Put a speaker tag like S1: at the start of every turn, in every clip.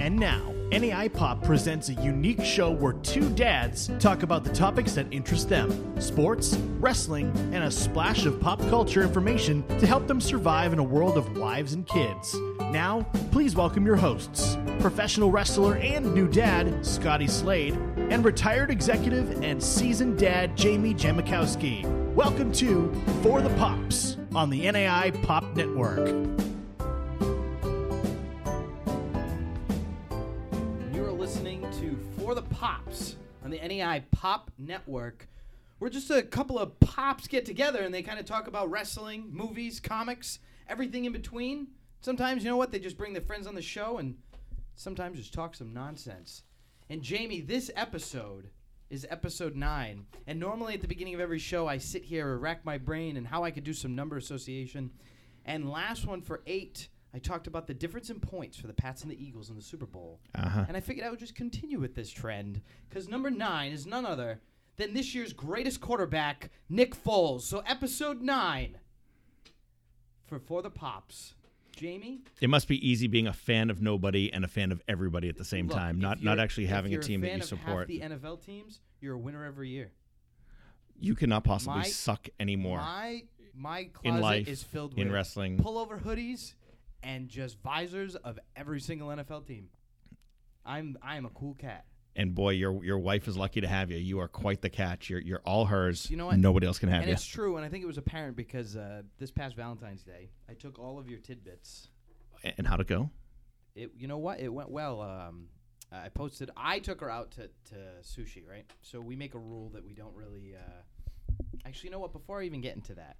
S1: And now, NAI Pop presents a unique show where two dads talk about the topics that interest them sports, wrestling, and a splash of pop culture information to help them survive in a world of wives and kids. Now, please welcome your hosts professional wrestler and new dad, Scotty Slade, and retired executive and seasoned dad, Jamie Jamakowski. Welcome to For the Pops on the NAI Pop Network.
S2: You're listening to For the Pops on the NEI Pop Network. We're just a couple of pops get together and they kind of talk about wrestling, movies, comics, everything in between. Sometimes, you know what, they just bring their friends on the show and sometimes just talk some nonsense. And Jamie, this episode is episode 9. And normally at the beginning of every show, I sit here and rack my brain and how I could do some number association. And last one for 8, I talked about the difference in points for the Pats and the Eagles in the Super Bowl.
S3: Uh-huh.
S2: And I figured I would just continue with this trend because number nine is none other than this year's greatest quarterback, Nick Foles. So, episode nine for For the Pops. Jamie,
S3: It must be easy being a fan of nobody and a fan of everybody at the same
S2: look,
S3: time.
S2: if
S3: Not
S2: you're-
S3: not actually
S2: if
S3: having a
S2: you're
S3: team that
S2: fan
S3: you
S2: of half
S3: support.
S2: the NFL teams, you're a winner every year.
S3: You cannot possibly
S2: My-
S3: suck anymore.
S2: My my closet
S3: In life,
S2: is filled with
S3: in wrestling.
S2: pullover hoodies and just visors of every single NFL team. I'm I am a cool cat.
S3: and boy, your your wife is lucky to have you. You are quite the catch. You're you're all hers.
S2: You know what?
S3: Nobody else can have
S2: and
S3: you.
S2: it's true, and I think it was apparent because uh, this past Valentine's Day, I took all of your tidbits.
S3: And how'd it
S2: Uh,
S3: go?
S2: It, you know what? It went well. Um, I posted. I took her out to, to sushi, right? So we make a rule that we don't really. Uh, actually, you know what? Before I even get into that,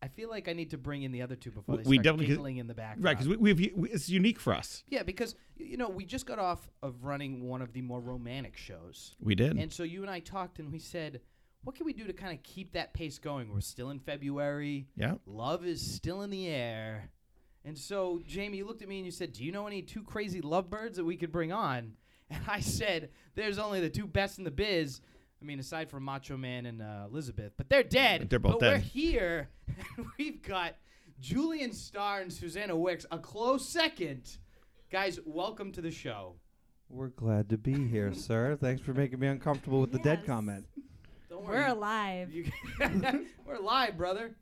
S2: I feel like I need to bring in the other two before they
S3: We
S2: start
S3: definitely-
S2: giggling in the background.
S3: Right, because we, we've we, it's unique for us.
S2: yeah, because y- you know we just got off of running one of the more romantic shows.
S3: We did.
S2: And so you and I talked, and we said, what can we do to kind of keep that pace going? We're still in February.
S3: yeah.
S2: Love is still in the air. And so, Jamie, you looked at me and you said, Do you know any two crazy lovebirds that we could bring on? And I said, There's only the two best in the biz. I mean, aside from Macho Man and uh, Elizabeth, but they're dead.
S3: They're both
S2: but we're
S3: dead.
S2: here. And we've got Julian Starr and Susanna Wicks, a close second. Guys, welcome to the show.
S4: We're glad to be here, sir. Thanks for making me uncomfortable with the dead
S5: Yes.
S4: comment.
S2: Don't worry.
S5: We're alive.
S2: You- we're live, brother.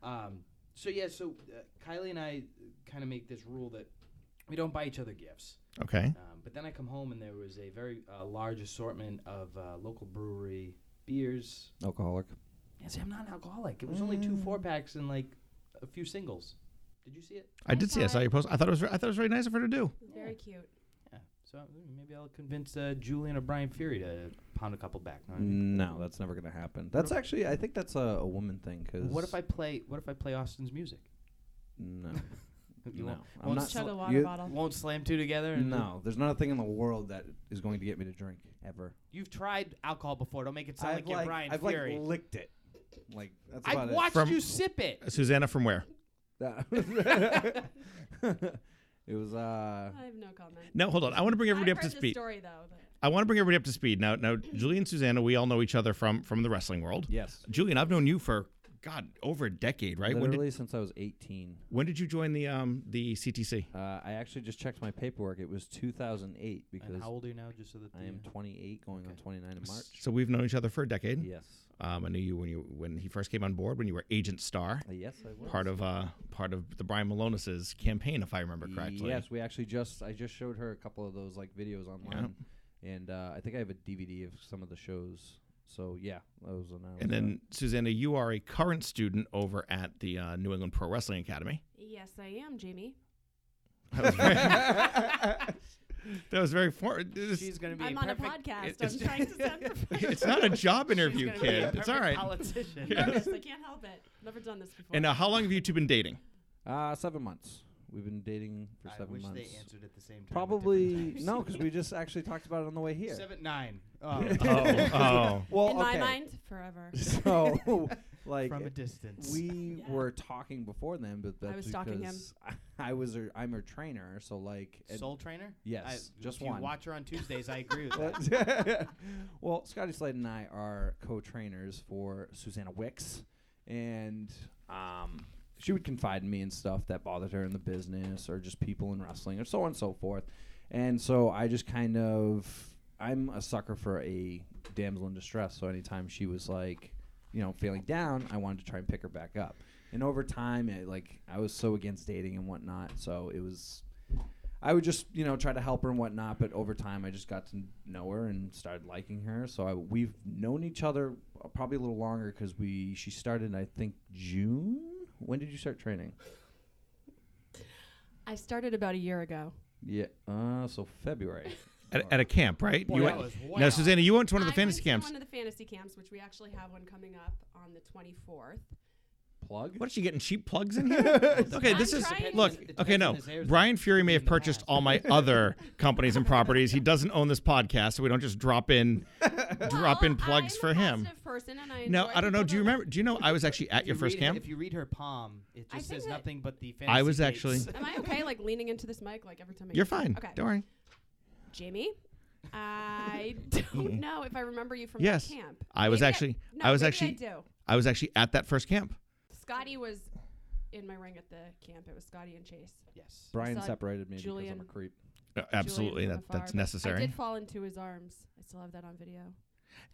S2: Um, so yeah, so uh, Kylie and I kind of make this rule that we don't buy each other gifts.
S3: Okay.
S2: Um, but then I come home and there was a very uh, large assortment of uh, local brewery beers.
S4: Alcoholic.
S2: And see, I'm not an alcoholic. It was only
S4: Mm.
S2: two four packs and like a few singles. Did you see it?
S3: I
S5: I
S3: did see. I
S5: thought-
S3: saw your post. I thought it was. ver- I thought it was very nice of her to do.
S5: It's Very cute.
S2: Yeah. So uh, maybe I'll convince uh, Julian or Brian Fury to pound a couple back. No, I mean-
S4: No, that's never gonna happen. That's actually, I think that's a, a woman thing. Cause
S2: What if I play? What if I play Austin's music?
S4: No,
S2: You
S4: no,
S2: won't-
S4: I'm
S2: won't
S4: not.
S5: Chug a
S2: sl-
S5: water
S4: you-
S5: bottle.
S2: Won't slam two together. And
S4: No, there's not a thing in the world that is going to get me to drink ever.
S2: You've tried alcohol before. Don't make it sound
S4: I've
S2: like you're Brian
S4: I've
S2: Fury.
S4: like licked it. Like that's
S2: I've
S4: about
S2: watched
S3: From-
S2: you sip it.
S3: Susanna from where?
S4: it. it was uh.
S5: I have no comment.
S3: Now hold on. I want to bring everybody
S5: I've
S3: up
S5: heard
S3: to
S5: the
S3: speed.
S5: story though. that-
S3: I want to bring everybody up to speed. Now, now, Julie and Susanna, we all know each other from from the wrestling world.
S4: Yes.
S3: Julian, I've known you for God over a decade, right? When did,
S4: Literally since I was 18.
S3: when did you join the um the CTC?
S4: Uh, I actually just checked my paperwork. It was 2008 because
S2: And how old are you now? Just so that
S4: I am
S2: the-
S4: 28, going on 29 in March.
S3: So we've known each other for a decade.
S4: Yes.
S3: Um, I knew you when you when he first came on board when you were Agent Star,
S4: Uh, yes, I was.
S3: part of uh part of the Brian Malonis' campaign, if I remember correctly.
S4: Yes, we actually just I just showed her a couple of those like videos online, and uh, I think I have a DVD of some of the shows. So yeah, those are now.
S3: And then Susanna, you are a current student over at the uh, New England Pro Wrestling Academy.
S5: Yes, I am, Jamie.
S3: That was very that was very for- this-
S2: She's going to be.
S5: I'm
S2: a
S5: on a
S2: perfect-
S5: podcast.
S3: it's-
S5: I'm trying to sound professional.
S3: It's not a job
S2: she's
S3: interview,
S2: gonna be a
S3: kid. It's all right.
S2: perfect Politician.
S5: I'm nervous. I can't help it. Never done this before.
S3: And uh, how long have you two been dating?
S4: uh, seven months. We've been dating for
S2: I
S4: seven
S2: wish
S4: months.
S2: they answered at the same time. at
S4: Probably
S2: different times.
S4: no, because we just actually talked about it on the way here. uh,
S2: Seven nine. Oh.
S3: Oh, oh.
S4: Well,
S5: In my
S4: okay.
S5: mind, forever.
S4: so like
S2: From a distance.
S4: we
S5: Yeah.
S4: were talking before then, but that's
S5: I was stalking him.
S4: because I was her, I'm her trainer, so like and-
S2: Soul Trainer.
S4: Yes,
S2: I,
S4: just
S2: if you
S4: one.
S2: Watch her on Tuesdays. I agree with that.
S4: But- well, Scotty Slade and I are co-trainers for Susanna Wicks, and um, she would confide in me and stuff that bothered her in the business or just people in wrestling or so on and so forth. And so I just kind of I'm a sucker for a damsel in distress. So anytime she was like, you know, feeling down, I wanted to try and pick her back up. And over time, it, like I was so against dating and whatnot, so it was. I would just, you know, try to help her and whatnot, but over time I just got to know her and started liking her. So I, we've known each other uh, probably a little longer because we she started I think June. When did you start training?
S5: I started about a year ago.
S4: Yeah, uh, so February.
S3: At, at a camp, right?
S2: Boy,
S3: you
S2: that
S3: went,
S2: was way
S3: now,
S2: off.
S3: Susanna, you went to one of the
S5: I
S3: fantasy
S5: went to
S3: camps.
S5: One of the fantasy camps, which we actually have one coming up on the 24th.
S4: Plug.
S3: What is she getting cheap plugs in here? okay, this
S5: I'm
S3: is
S5: trying
S3: look.
S5: to-
S2: It
S3: Okay,
S2: depends on
S3: no.
S2: his hair's
S3: Brian Fury may have
S2: the
S3: purchased
S2: past.
S3: all my other companies and properties. He doesn't own this podcast, so we don't just drop in, drop in
S5: Well,
S3: plugs
S5: I'm
S3: for
S5: a
S3: him.
S5: positive person and I
S3: No,
S5: enjoy
S3: I don't know.
S5: people
S3: Do you
S5: that-
S3: remember? Do you know I was actually at
S2: If
S3: your
S2: you
S3: first
S2: read it-
S3: camp?
S2: If you read her palm, it
S5: I
S2: just
S5: think
S2: says
S5: that-
S2: nothing but the fantasy.
S3: I was
S2: dates.
S3: actually-
S5: Am I okay, like leaning into this mic like every time I
S3: You're
S5: do that?
S3: fine.
S5: Okay.
S3: Don't worry.
S5: Jamie, I don't know if I remember you from
S3: Yes.
S5: that camp.
S3: I was
S5: Maybe
S3: actually-
S5: no,
S3: I was
S5: maybe
S3: actually-
S5: I do.
S3: I was actually at that first camp.
S5: Scotty was in my ring at the camp. It was Scotty and Chase.
S2: Yes.
S4: Brian
S5: saw
S4: separated me
S5: Julian.
S4: because I'm a creep.
S3: Uh, Absolutely,
S5: from
S3: that,
S5: afar,
S3: that's
S5: but I
S3: necessary.
S5: did fall into his arms. I still have that on video.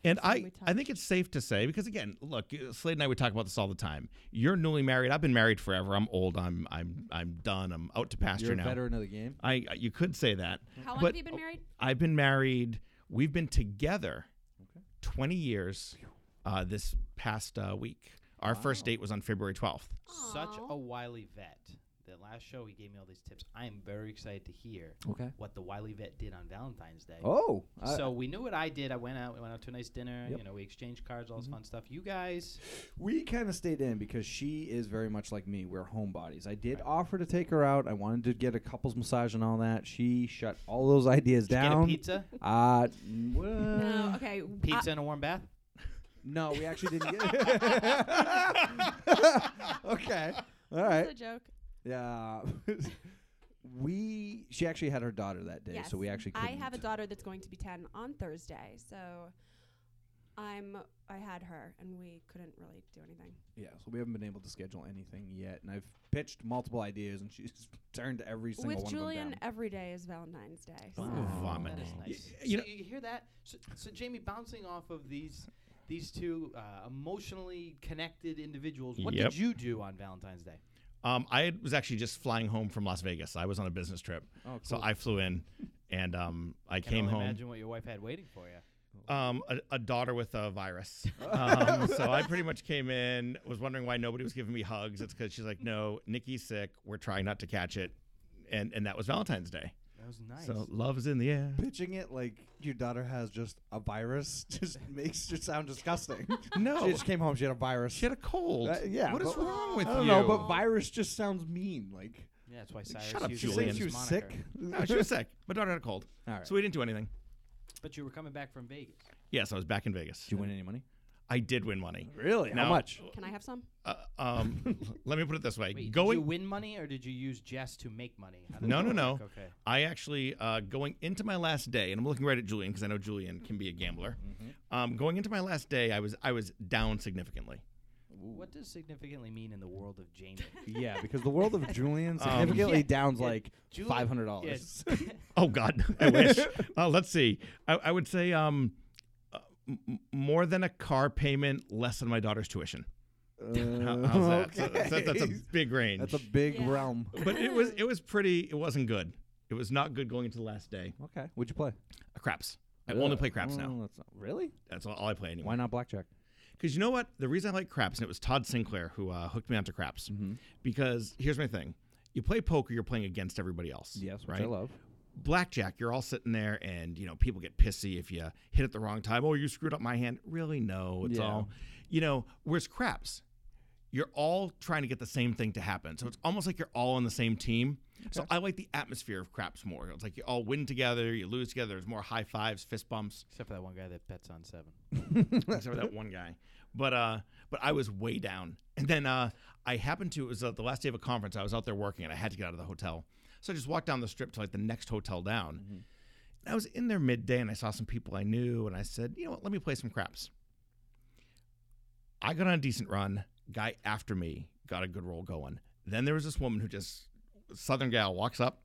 S3: And
S5: That's when
S3: I,
S5: we
S3: I think
S5: touched.
S3: it's safe to say because again, look, uh, Slade and I we talk about this all the time. You're newly married. I've been married forever. I'm old. I'm I'm I'm done. I'm out to pasture
S4: You're a
S3: now.
S4: veteran of the game.
S3: I you could say that.
S5: How long
S3: But- oh.
S5: have you been married?
S3: I've been married. We've been together 20 years uh, this past uh, week. Our first date was on February 12th.
S2: Such
S5: Aw.
S2: a wily vet. The last show he gave me all these tips. I am very excited to hear
S4: Okay.
S2: what the wily vet did on Valentine's Day.
S4: Oh, I-
S2: So we knew what I did. I went out. We went out to a nice dinner.
S4: Yep.
S2: You know, we exchanged cards, all this
S3: Mm-hmm.
S2: fun stuff. You guys,
S4: we kind of stayed in because she is very much like me. We're homebodies. I did offer to take her out. I wanted to get a couples massage and all that. She shut all those ideas
S2: did you get a
S4: down.
S2: pizza,
S4: Uh,
S5: No.
S4: no.
S5: Okay. w- uh,
S2: pizza and a warm bath.
S4: no, we actually didn't get. okay. All
S5: I,
S4: right.
S5: that's a joke.
S4: Yeah. we. She actually had her daughter that day,
S5: yes.
S4: so we actually.
S5: I
S4: Couldn't.
S5: have a daughter that's going to be 10 on Thursday, so I'm. I had her, and we couldn't really do anything.
S4: Yeah, so we haven't been able to schedule anything yet, and I've pitched multiple ideas, and she's turned every single
S5: With
S4: one of
S5: Julian,
S4: them
S5: every day is Valentine's Day. So.
S3: Wow.
S2: That
S3: Vomiting.
S2: is
S3: Y-
S2: nice.
S3: you
S2: so
S3: know-
S2: you hear that? So, so Jamie, bouncing off of these these two uh, emotionally connected individuals, what
S3: Yep.
S2: did you do on Valentine's Day?
S3: Um, I had- was actually just flying home from Las Vegas. I was on a business trip.
S4: Oh,
S3: So
S4: cool.
S3: I flew in and um, I
S2: Can
S3: came
S2: only
S3: home.
S2: Imagine what your wife had waiting for you.
S3: Um, a, a daughter with a virus. Um, so I pretty much came in, was wondering why nobody was giving me hugs. It's because she's like, no, Nikki's sick. We're trying not to catch it. And, and that was Valentine's Day.
S2: That was nice.
S3: So love is in the
S5: e-
S3: air.
S4: Pitching it like your daughter has just a virus just makes it sound disgusting.
S3: No.
S4: she just came home. She had a virus.
S3: She had a cold.
S4: Uh, yeah,
S3: What is
S4: but-
S3: wrong with
S4: I don't
S3: you?
S4: know, but virus just sounds mean. Like
S2: yeah, that's why Cyrus
S3: shut up,
S2: used
S4: she
S2: his
S4: said
S3: Julian.
S4: she was
S2: moniker.
S4: sick.
S3: No, she was sick. My daughter had a cold.
S4: All right.
S3: So we didn't do anything.
S2: But you were coming back from Vegas.
S3: Yes, I was back in Vegas.
S4: Did you win any money?
S3: I did win money.
S4: Really?
S3: Now-
S4: How much?
S5: Can I have some?
S3: Uh, um, l- let me put it this way:
S2: Wait,
S3: going,
S2: did you win money or did you use Jess to make money? How did
S3: no, no,
S2: that
S3: no.
S2: work? Okay.
S3: I actually uh, going into my last day, and I'm looking right at Julian because I know Julian can be a gambler.
S2: Mm-hmm.
S3: Um, going into my last day, I was I was down significantly.
S2: What does significantly mean in the world of Jamie?
S4: Yeah, because the world of Julian significantly
S2: Yeah,
S4: downs
S2: yeah.
S4: like
S2: Julian-
S4: five hundred dollars. Uh,
S3: Oh God, I wish. uh, let's see. I, I would say um, uh, m- m- more than a car payment, less than my daughter's tuition. How- how's that? So that's, that's a big range.
S4: That's a big
S5: Yeah.
S4: realm.
S3: but it was it was pretty. It wasn't good. It was not good going into the last day.
S4: Okay. What'd you play?
S3: Uh, craps. I only play craps now.
S4: Oh, that's not- really?
S3: That's all, all I play
S4: Why
S3: anymore.
S4: not blackjack?
S3: Because you know what? The reason I like craps, and it was Todd Sinclair who uh, hooked me onto craps.
S4: Mm-hmm.
S3: Because here's my thing: you play poker, you're playing against everybody else.
S4: Yes, which
S3: right.
S4: I love.
S3: Blackjack, you're all sitting there, and you know people get pissy if you hit at the wrong time. Oh, you screwed up my hand. Really? No, it's
S4: Yeah.
S3: all. You know, whereas craps, you're all trying to get the same thing to happen. So it's almost like you're all on the same team. So I like the atmosphere of craps more. It's like you all win together, you lose together. There's more high fives, fist bumps.
S2: Except for that one guy that bets on seven.
S3: except for that one guy. But uh, but I was way down, and then uh, I happened to it was uh, the last day of a conference. I was out there working, and I had to get out of the hotel, so I just walked down the strip to like the next hotel down. And I was in there midday, and I saw some people I knew, and I said, you know what, let me play some craps. I got on a decent run. Guy after me got a good roll going. Then there was this woman who just southern gal walks up.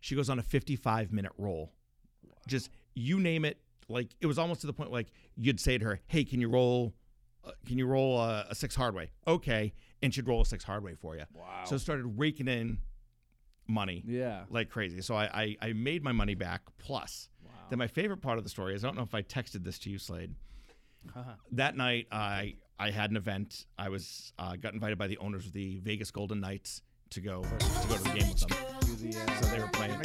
S3: She goes on a 55 minute roll. Just you name it. Like it was almost to the point like you'd say to her, "Hey, can you roll? Uh, can you roll a, a six hard way?" Okay, and she'd roll a six hard way for you.
S4: Wow.
S3: So I started raking in money
S4: yeah.
S3: like crazy. So I, I, I made my money back. Plus, then my favorite part of the story is I don't know if I texted this to you, Slade. That night, I I had an event. I was uh, got invited by the owners of the Vegas Golden Knights to go to go to the game with them. So they were playing.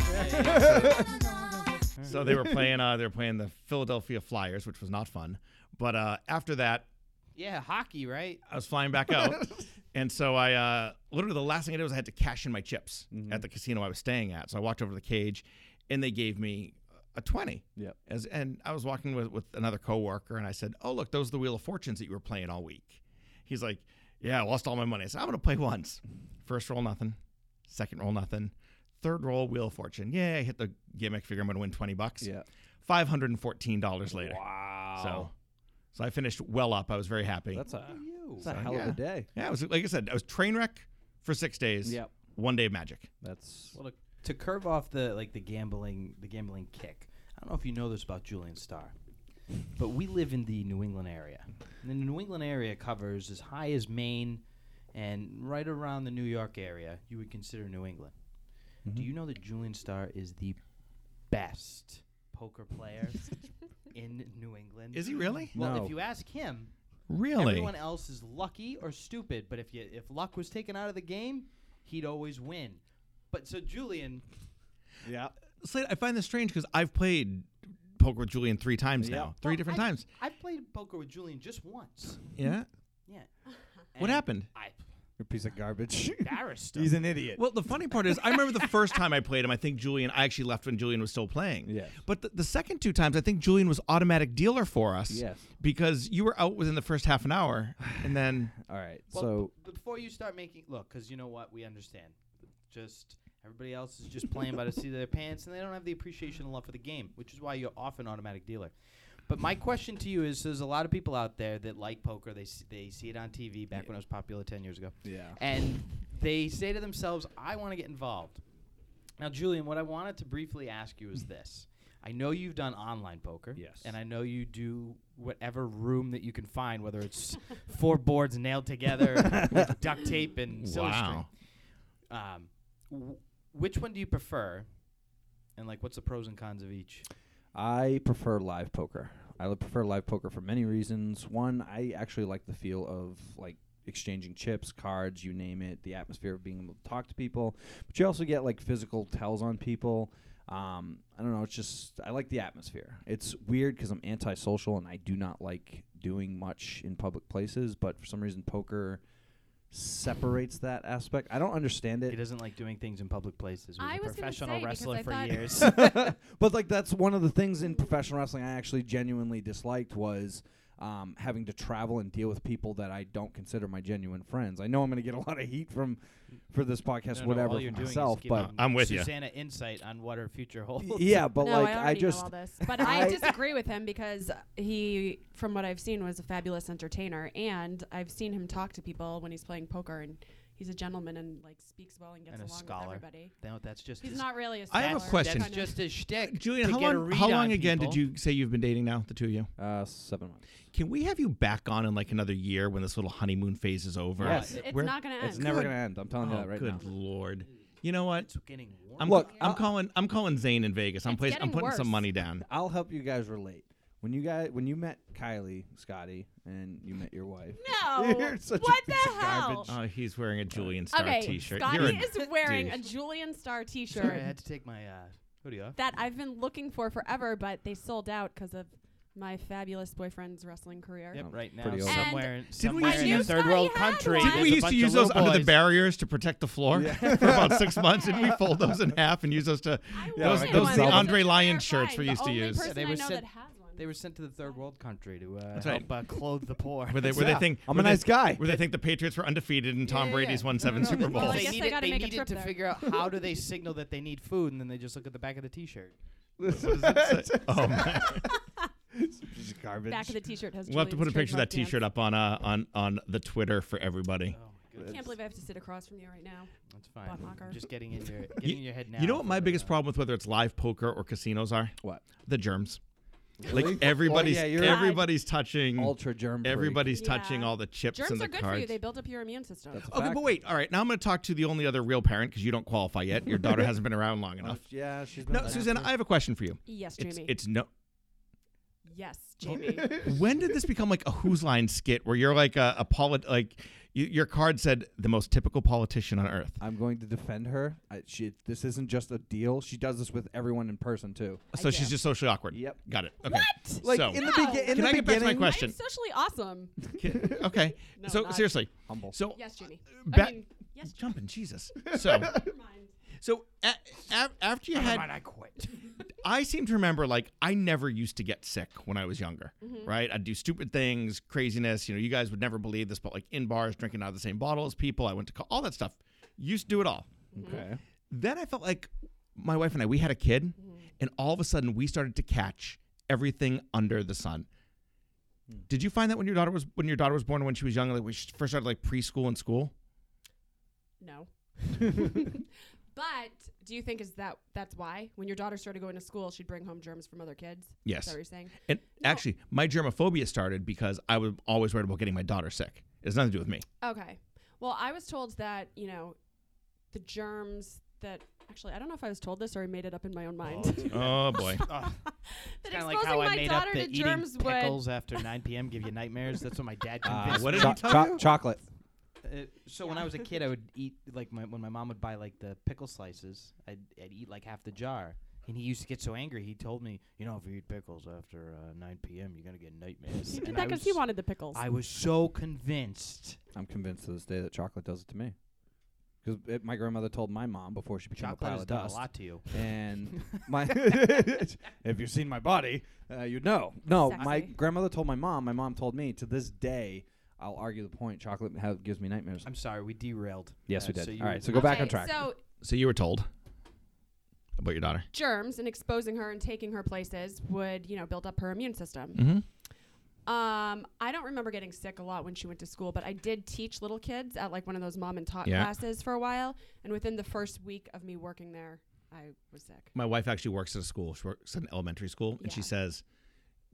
S3: so they were playing. Uh, they were playing the Philadelphia Flyers, which was not fun. But uh, after that,
S2: Yeah, hockey, right?
S3: I was flying back out. And so I uh, literally the last thing I did was I had to cash in my chips
S4: Mm-hmm.
S3: at the casino I was staying at. So I walked over to the cage, and they gave me a twenty.
S4: Yep.
S3: As and I was walking with, with another coworker, and I said, "Oh look, those are the Wheel of Fortunes that you were playing all week." He's like, "Yeah, I lost all my money." I said, "I'm gonna play once. First roll, nothing. Second roll, nothing. Third roll, Wheel of Fortune. Yeah, I hit the gimmick. Figure I'm gonna win twenty bucks.
S4: Yeah.
S3: Five hundred and fourteen dollars later.
S4: Wow.
S3: So, so I finished well up. I was very happy.
S4: that's a
S2: You.
S4: that's a hell of
S3: yeah.
S4: a day.
S3: Yeah, it was like I said, I was train wreck for six days.
S4: Yep.
S3: One day of magic.
S4: That's
S2: Well, to, to curve off the like the gambling the gambling kick, I don't know if you know this about Julian Starr, but we live in the New England area. And the New England area covers as high as Maine, and right around the New York area, you would consider New England.
S3: Mm-hmm.
S2: Do you know that Julian Starr is the best poker player in New England?
S3: Is he really?
S2: Well,
S4: No.
S2: if you ask him,
S3: Really?
S2: Everyone else is lucky or stupid, but if you if luck was taken out of the game, he'd always win. But so Julian,
S4: yeah.
S3: Slade, I find this strange because I've played poker with Julian three times
S4: Yeah.
S3: now, three different
S2: I,
S3: times.
S2: I played poker with Julian just once.
S3: Yeah.
S2: Yeah.
S3: What
S2: And
S3: happened?
S2: I
S4: You're a piece of garbage.
S2: embarrassed him.
S4: He's an idiot.
S3: Well, the funny part is, I remember the first time I played him. I think Julian. I actually left when Julian was still playing.
S4: Yes.
S3: But the, the second two times, I think Julian was automatic dealer for us.
S4: Yes.
S3: Because you were out within the first half an hour, and then
S4: All right.
S2: Well,
S4: so
S2: b- before you start making look, because you know what, we understand. Just everybody else is just playing by the seat of their pants, and they don't have the appreciation and love for the game, which is why you're off an automatic dealer. But my question to you is: There's a lot of people out there that like poker. They see, they see it on TV back when it was popular ten years ago.
S4: Yeah.
S2: And they say to themselves, "I want to get involved." Now, Julian, what I wanted to briefly ask you is this. I know you've done online poker.
S4: Yes.
S2: And I know you do whatever room that you can find, whether it's four boards nailed together with duct tape and silver string.
S3: Wow.
S2: Um, w- which one do you prefer? And like, what's the pros and cons of each?
S4: I prefer live poker. I li- prefer live poker for many reasons. One, I actually like the feel of like exchanging chips, cards, you name it, the atmosphere of being able to talk to people. But you also get like physical tells on people. Um, I don't know. It's just I like the atmosphere. It's weird because I'm antisocial and I do not like doing much in public places. But for some reason, poker separates that aspect. I don't understand
S2: He
S4: it.
S2: doesn't like doing things in public places. He
S5: I
S2: a
S5: was gonna
S2: professional
S5: say, because
S2: wrestler
S5: I
S2: for
S5: thought-
S2: years.
S4: but like that's one of the things in professional wrestling I actually genuinely disliked was um, having to travel and deal with people that I don't consider my genuine friends. I know I'm going to get a lot of heat from for this podcast,
S2: No, no,
S4: whatever,
S2: all
S4: for
S2: you're doing is
S4: myself. But
S2: giving
S3: I'm with ya.
S2: Susanna insight on what her future holds.
S4: yeah, but
S5: no,
S4: like
S5: I
S4: I,
S5: already know
S4: just
S5: all this, but I
S4: I-
S5: disagree with him because he, from what I've seen, was a fabulous entertainer, and I've seen him talk to people when he's playing poker, and he's a gentleman and like speaks well and gets
S2: And a
S5: along
S2: scholar.
S5: with everybody.
S2: No, that's just.
S5: He's
S2: his-
S5: not really a.
S3: I
S5: Scholar.
S3: have a
S5: That's
S3: question. Uh,
S5: kind of-
S2: just his shtick.
S3: Julian,
S2: to
S3: how
S2: get a
S3: long?
S2: read
S3: How
S2: on
S3: long again
S2: people.
S3: did you say you've been dating now? The two of you.
S4: uh, seven months.
S3: Can we have you back on in like another year when this little honeymoon phase is over?
S4: Yes.
S5: It's
S3: Where-
S5: not going to end.
S4: It's never
S3: Good.
S4: going to end. I'm telling you
S3: Oh,
S4: that right
S3: good
S4: now.
S3: lord! You know what?
S2: It's getting warm.
S3: I'm
S4: Look,
S3: I'm
S4: I'll-
S3: calling I'm calling Zane in Vegas. I'm
S5: It's
S3: placing I'm
S5: getting
S3: putting some
S5: worse.
S3: money down.
S4: I'll help you guys relate. When you guys when you met Kylie, Scotty, and you met your wife.
S5: No.
S4: You're such a
S5: what
S4: piece
S5: the
S4: of
S5: hell?
S4: garbage.
S3: Oh, he's wearing a Julian Star
S5: Okay,
S3: T-shirt.
S5: Scotty
S3: You're a-
S5: is wearing a
S3: douche.
S5: Julian Star
S2: Sorry, I
S5: T-shirt
S2: had to take my uh, hoodie off.
S5: that I've been looking for forever, but they sold out because of my fabulous boyfriend's wrestling career.
S2: Yep,
S4: Um,
S2: right now,
S4: pretty old.
S5: And
S2: somewhere, in,
S3: Did we used
S2: somewhere
S3: to
S2: in a
S5: use
S2: third
S5: Scotty
S2: world
S5: had
S2: country.
S5: one?
S3: Didn't
S5: There's
S3: we
S5: a
S3: used to use those under the barriers to protect the floor for about six months, and we fold those in half and use those to.
S5: I
S4: Yeah,
S5: wanted
S4: like
S5: one
S4: those
S5: so
S3: Andre
S5: they're
S3: Lyon shirts
S5: fine.
S3: we
S5: The
S3: used to
S5: only
S3: use. Yeah,
S5: person
S2: they
S5: I
S2: were
S5: know
S2: sent-
S5: that has one.
S2: They were sent to the third world country to uh,
S3: That's right.
S2: help uh, clothe the poor.
S3: Where they, where
S4: Yeah,
S3: they think
S4: I'm
S3: where
S4: a
S3: they-
S4: nice guy.
S3: Where they think the Patriots were undefeated and Tom
S2: Yeah,
S3: Brady's
S2: yeah.
S3: won
S2: No,
S3: seven
S2: no, no,
S3: Super
S2: they-
S5: Well, I
S3: Bowls.
S5: guess
S2: they
S5: I
S2: needed,
S5: gotta
S2: they
S5: make a
S2: needed
S5: trip
S2: to
S5: there.
S2: figure out how do they signal that they need food, and then they just look at the back of the T-shirt.
S3: Oh man,
S4: Piece of garbage.
S5: Back of the T-shirt has.
S3: we'll have to put a
S5: Julian's
S3: picture of that
S5: trademark
S3: T-shirt up on uh, on on the Twitter for everybody.
S2: Oh my
S5: I can't believe I have to sit across from you right now.
S2: That's fine.
S5: Buttmacher.
S2: Just getting in your getting in your head now.
S3: You know what
S2: for,
S3: my biggest
S2: uh,
S3: problem with whether it's live poker or casinos are?
S4: What?
S3: The germs.
S4: Really?
S3: Like everybody's
S4: Oh, yeah, you're
S3: everybody's
S2: mm,
S3: touching
S4: Ultra germ. freak.
S3: everybody's
S5: Yeah.
S3: touching all the chips
S5: Germs
S3: and the
S5: are good
S3: cards.
S5: for you. They build up your immune system.
S4: That's a
S3: okay,
S4: fact.
S3: Oh, but wait. All right, now I'm going to talk to the only other real parent because you don't qualify yet. Your daughter hasn't been around long
S4: Oh,
S3: enough.
S4: yeah, she's been.
S3: No,
S4: around
S3: Susan,
S4: for-
S3: I have a question for you.
S5: yes,
S3: It's,
S5: Jamie.
S3: it's no.
S5: yes, Jamie.
S3: When did this become like a Who's Line skit where you're like a, a polit like you, your card said the most typical politician on earth?
S4: I'm going to defend her. I, she. This isn't just a deal. She does this with everyone in person too.
S3: So
S5: I
S3: she's
S5: do.
S3: just socially awkward.
S4: Yep.
S3: Got it. Okay. What?
S4: Like
S3: so,
S4: in the,
S5: No.
S4: begi- in
S3: Can
S4: the
S3: I get back to my
S4: beginning-
S5: I'm
S3: question?
S5: socially awesome.
S3: okay.
S5: No,
S3: so
S5: not-
S3: seriously.
S4: Humble.
S3: So
S5: Yes, Jamie.
S3: Ba-
S5: I mean, yes,
S3: jumping, Jesus. So
S5: never mind.
S3: so a, a, after you
S2: Never
S3: had
S2: mind, I quit.
S3: I seem to remember like I never used to get sick when I was younger,
S2: Mm-hmm.
S3: right? I'd do stupid things, craziness. You know, you guys would never believe this, but like in bars, drinking out of the same bottle as people. I went to co- all that stuff. Used to do it all.
S5: Mm-hmm.
S4: Okay.
S3: Then I felt like my wife and I, we had a kid, and all of a sudden we started to catch everything under the sun.
S2: Hmm.
S3: Did you find that when your daughter was when your daughter was born when she was young, like when she first started like preschool and school?
S5: No. Mm-hmm. but do you think is that that's why when your daughter started going to school, she'd bring home germs from other kids?
S3: Yes.
S5: Is that what you're saying?
S3: And actually, my germophobia started because I was always worried about getting my daughter sick. It has nothing to do with me.
S5: Okay. Well, I was told that, you know, the germs that actually I don't know if I was told this or I made it up in my own mind.
S3: Oh boy.
S2: Kind
S5: that
S2: of
S5: exposing
S2: like how
S5: my
S2: I made up
S5: daughter
S2: that
S5: to
S2: eating
S5: germs would
S2: pickles after 9 p.m. give you nightmares. That's what my dad
S4: Uh,
S2: convinced
S3: what
S2: me.
S3: did
S4: cho-
S3: he tell
S4: cho-
S3: you?
S4: Chocolate.
S2: Uh, so when I was a kid, I would eat like my, when my mom would buy like the pickle slices. I'd, I'd eat like half the jar, and he used to get so angry. He told me, you know, if you eat pickles after uh, 9 p.m., you're gonna get nightmares.
S5: He did
S2: And
S5: that
S2: I
S5: because he
S2: was-
S5: wanted the pickles.
S2: I was so convinced.
S4: I'm convinced to this day that chocolate does it to me. Because my grandmother told my mom before she became
S2: Chocolate
S4: a pile
S2: has
S4: of
S2: done
S4: dust.
S2: a lot to you.
S4: and my if you've seen my body, uh, you'd know. No, my
S5: Sexy.
S4: grandmother told my mom. My mom told me. To this day, I'll argue the point. Chocolate ha- gives me nightmares.
S2: I'm sorry, we derailed.
S4: yes,
S2: Uh,
S4: we did.
S2: so you
S4: All
S2: were-
S4: right, so go back on
S5: Okay,
S4: track.
S5: So
S3: So you were told about your daughter.
S5: germs and exposing her and taking her places would, you know, build up her immune system.
S3: Mhm.
S2: Mm.
S5: Um, I don't remember getting sick a lot when she went to school, but I did teach little kids at like one of those mom and tot
S3: Yeah.
S5: classes for a while, and within the first week of me working there, I was sick.
S3: My wife actually works at a school. She works at an elementary school, and she
S5: Yeah.
S3: says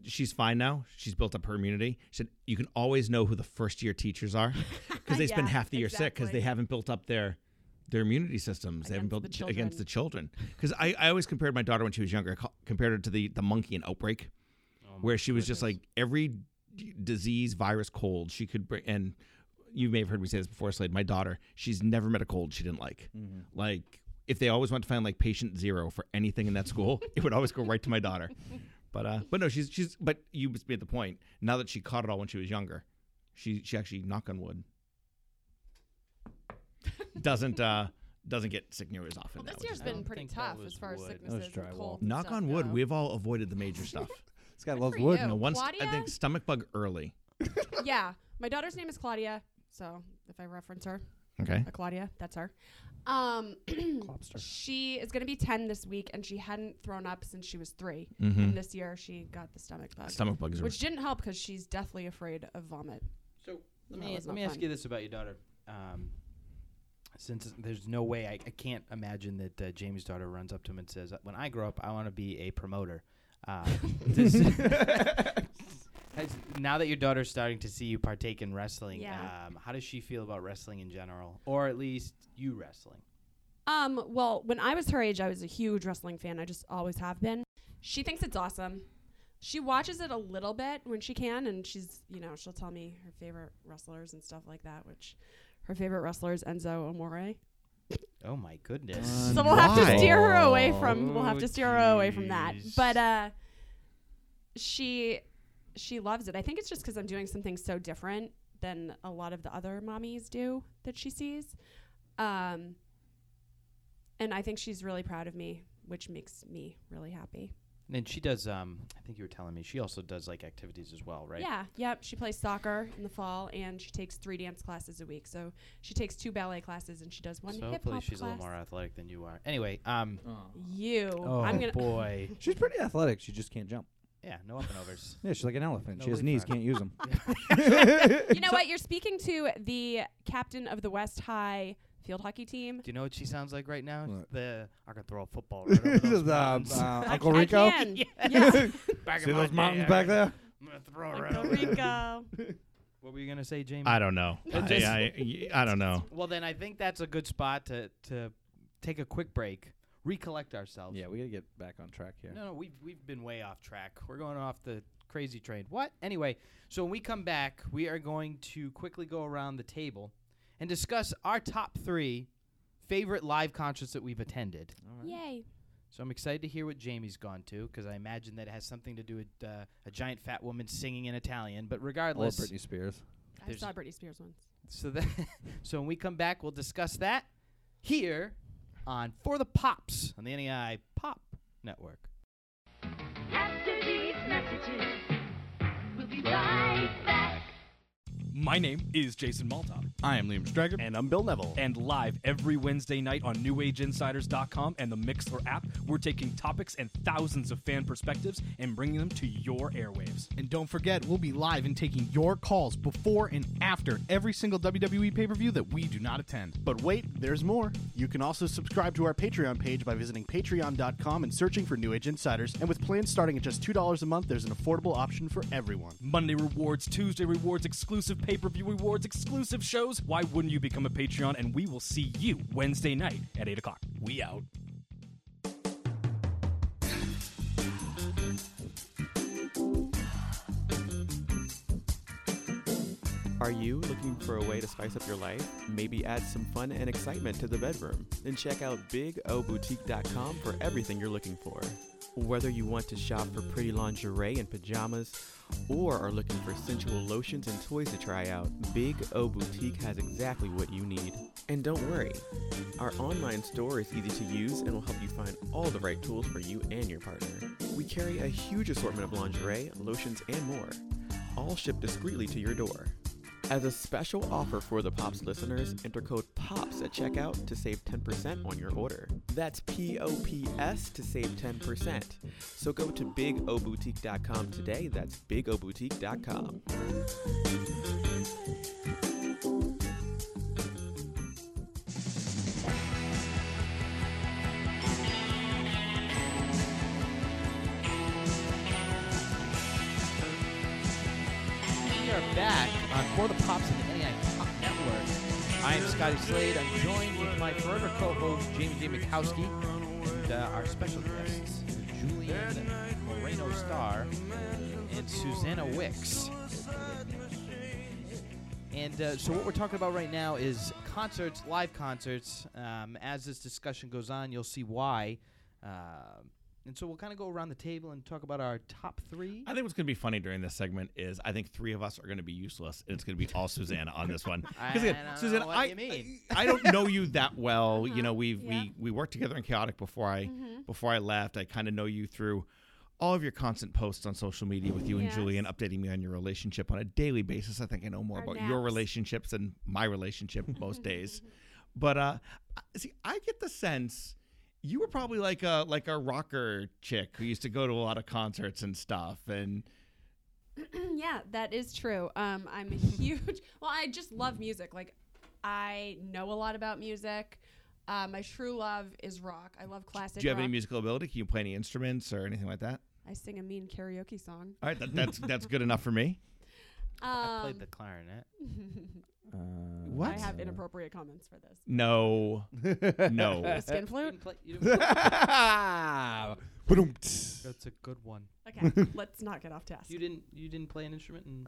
S3: she's fine now. She's built up her immunity. She said you can always know who the first year teachers are because they spend
S5: Uh, Yeah,
S3: half the year sick because
S5: exactly.
S3: they haven't built up their their immunity systems. they haven't built
S5: Against the
S3: ch- against the children. Because I, I always compared my daughter when she was younger. I ca- compared her to the the monkey in outbreak, where she was just like every d- disease, virus, cold she could bring and. You may have heard me say this before, Slade. My daughter, she's never met a cold she didn't like.
S4: Mm-hmm.
S3: Like, if they always want to find like patient zero for anything in that school, it would always go right to my daughter. But uh, but no, she's she's. But you must be at the point now that she caught it all when she was younger. She she actually knock on wood doesn't uh doesn't get sick near as often.
S5: Well,
S3: now,
S5: this
S3: which
S5: year's
S3: is
S2: I
S5: been
S2: don't
S5: pretty
S2: think
S5: tough
S2: that
S5: as
S2: was
S5: far as
S2: wood.
S5: sicknesses
S4: That was
S5: and
S4: drywall.
S5: colds. and
S3: Knock
S5: stuff
S3: on wood,
S5: go.
S3: we've all avoided the major stuff.
S4: this guy
S5: Good
S4: loves
S5: for
S4: wood.
S5: you.
S3: No once I
S5: Claudia?
S3: think stomach bug early.
S5: yeah, my daughter's name is Claudia, so if I reference her,
S3: Okay.
S5: uh, Claudia, that's her. Um, she is going to be 10 this week, and she hadn't thrown up since she was 3
S4: Hmm.
S5: And this year, she got the stomach bug,
S3: Mm-hmm. Stomach bugs are
S5: which didn't help because she's deathly afraid of vomit.
S2: So let
S5: No,
S2: me
S5: it's
S2: let
S5: not
S2: me ask
S5: fun.
S2: you this about your daughter. Um, since there's no way I, I can't imagine that uh, Jamie's daughter runs up to him and says, "When I grow up, I want to be a promoter." Uh, does- has- now that your daughter's starting to see you partake in wrestling,
S5: Yeah.
S2: um, how does she feel about wrestling in general, or at least you wrestling?
S5: Um, well, when I was her age, I was a huge wrestling fan. I just always have been. She thinks it's awesome. She watches it a little bit when she can, and she's, you know, she'll tell me her favorite wrestlers and stuff like that, which her favorite wrestler is Enzo Amore.
S2: Oh my goodness!
S4: Uh,
S5: So we'll have
S3: Why?
S5: to steer her away from we'll
S2: Oh,
S5: have to steer her away from that.
S2: jeez.
S5: But uh she she loves it. I think it's just cuz I'm doing something so different than a lot of the other mommies do that she sees. Um and I think she's really proud of me, which makes me really happy.
S2: and she does. Um, I think you were telling me she also does like activities as well, right?
S5: Yeah, yep. She plays soccer in the fall and she takes 3 dance classes a week. So she takes two ballet classes and she does one
S2: So
S5: hip
S2: hopefully
S5: hop
S2: she's
S5: class.
S2: a little more athletic than you are. Anyway, um,
S5: you.
S2: oh
S5: I'm going to
S2: boy.
S4: She's pretty athletic. She just can't jump.
S2: Yeah, no up and overs.
S4: Yeah, she's like an elephant.
S2: No
S4: she has
S2: leaf
S4: knees,
S2: frog.
S4: can't use them.
S5: You know what? You're speaking to the captain of the West High field hockey team.
S2: Do you know what she sounds like right now?
S4: What?
S2: The I can throw a football right over those mountains.
S5: I-
S4: uh, Uncle
S5: I
S4: Rico.
S5: can. Yeah.
S2: Back in
S4: See
S2: my
S4: those
S2: day,
S4: mountains
S2: I
S4: back
S2: could-
S4: there?
S2: I'm gonna throw it right
S5: Uncle
S2: over.
S5: Rico.
S2: What were you gonna say, Jamie?
S3: I don't know. I,
S2: It just-
S3: I- I don't know.
S2: well, then I think that's a good spot to to take a quick break, recollect ourselves.
S4: Yeah, we gotta get back on track here.
S2: No, no, we've we've been way off track. We're going off the crazy train. What? Anyway, so when we come back, we are going to quickly go around the table and discuss our top three favorite live concerts that we've attended.
S5: Yay.
S2: So I'm excited to hear what Jamie's gone to because I imagine that it has something to do with uh, a giant fat woman singing in Italian. But
S4: Or
S2: regardless,
S4: Britney Spears.
S5: I
S2: There's-
S5: saw Britney Spears once.
S2: so that so when we come back, we'll discuss that here on For the Pops on the NEI Pop Network.
S6: After these messages, we'll be right back.
S7: My name is Jason Maltop,
S3: I am Liam Steiger.
S1: And I'm Bill Neville.
S7: and live every Wednesday night on NewAgeInsiders.com and the Mixler app, we're taking topics and thousands of fan perspectives and bringing them to your airwaves.
S8: And don't forget, we'll be live and taking your calls before and after every single WWE pay per view that we do not attend.
S1: But wait, there's more. You can also subscribe to our Patreon page by visiting patreon.com and searching for New Age Insiders. And with plans starting at just $2 a month, there's an affordable option for everyone.
S7: Monday rewards, Tuesday rewards, exclusive pay per view rewards, exclusive shows. Why wouldn't you become a Patreon? And we will see you Wednesday night at 8 o'clock. We out.
S9: Are you looking for a way to spice up your life? Maybe add some fun and excitement to the bedroom? Then check out BigOBoutique.com for everything you're looking for. Whether you want to shop for pretty lingerie and pajamas, or are looking for sensual lotions and toys to try out, Big O Boutique has exactly what you need. And don't worry, our online store is easy to use and will help you find all the right tools for you and your partner. We carry a huge assortment of lingerie, lotions, and more all shipped discreetly to your door. As a special offer for the Pops listeners, enter code POPS at checkout to save 10% on your order. That's P O P S to save 10%. So go to bigoboutique.com today. That's bigoboutique.com.
S2: We are back on For the Pops and the NAI Pop Network. I am Scotty Slade. I'm joined with my forever co-host Jamie J. Mikowski and uh, our special guests Julian Moreno Starr and Susanna Wicks. And uh, so what we're talking about right now is concerts, live concerts. Um, as this discussion goes on, you'll see why. Uh, and so we'll kind of go around the table and talk about our top three.
S3: I think what's going to be funny during this segment is I think three of us are going to be useless, and it's going to be all Susanna on this one. 'Cause
S2: I-
S3: again,
S2: I don't know
S3: Susanna,
S2: what
S3: I,
S2: you mean. Uh-huh.
S3: I, I don't know you that well. You know, we
S5: yeah.
S3: we we worked together in Chaotic before I
S2: Mm-hmm.
S3: before I left. I kind of know you through all of your constant posts on social media with you and
S5: Yes.
S3: Julian, updating me on your relationship on a daily basis. I think I know more
S5: Our
S3: about your
S5: naps.
S3: relationships than my relationship most days. But uh, I- see, I get the sense you were probably like a like a rocker chick who used to go to a lot of concerts and stuff and
S5: yeah, that is true. Um, I'm a huge. Well, I just love music. Like, I know a lot about music. Uh, my true love is rock. I love classic.
S3: Do you have
S5: rock.
S3: any musical ability? Can you play any instruments or anything like that?
S5: I sing a mean karaoke song.
S3: All right, that, that's that's good enough for me.
S5: Um,
S2: I played the clarinet.
S4: Uh,
S3: What?
S5: I have inappropriate comments for this.
S3: No, no.
S5: Skin flute.
S2: Didn't play- you didn't play-
S4: Ba-dum-ts.
S2: That's a good one.
S5: Okay, let's not get off task.
S2: You didn't you didn't play an instrument and,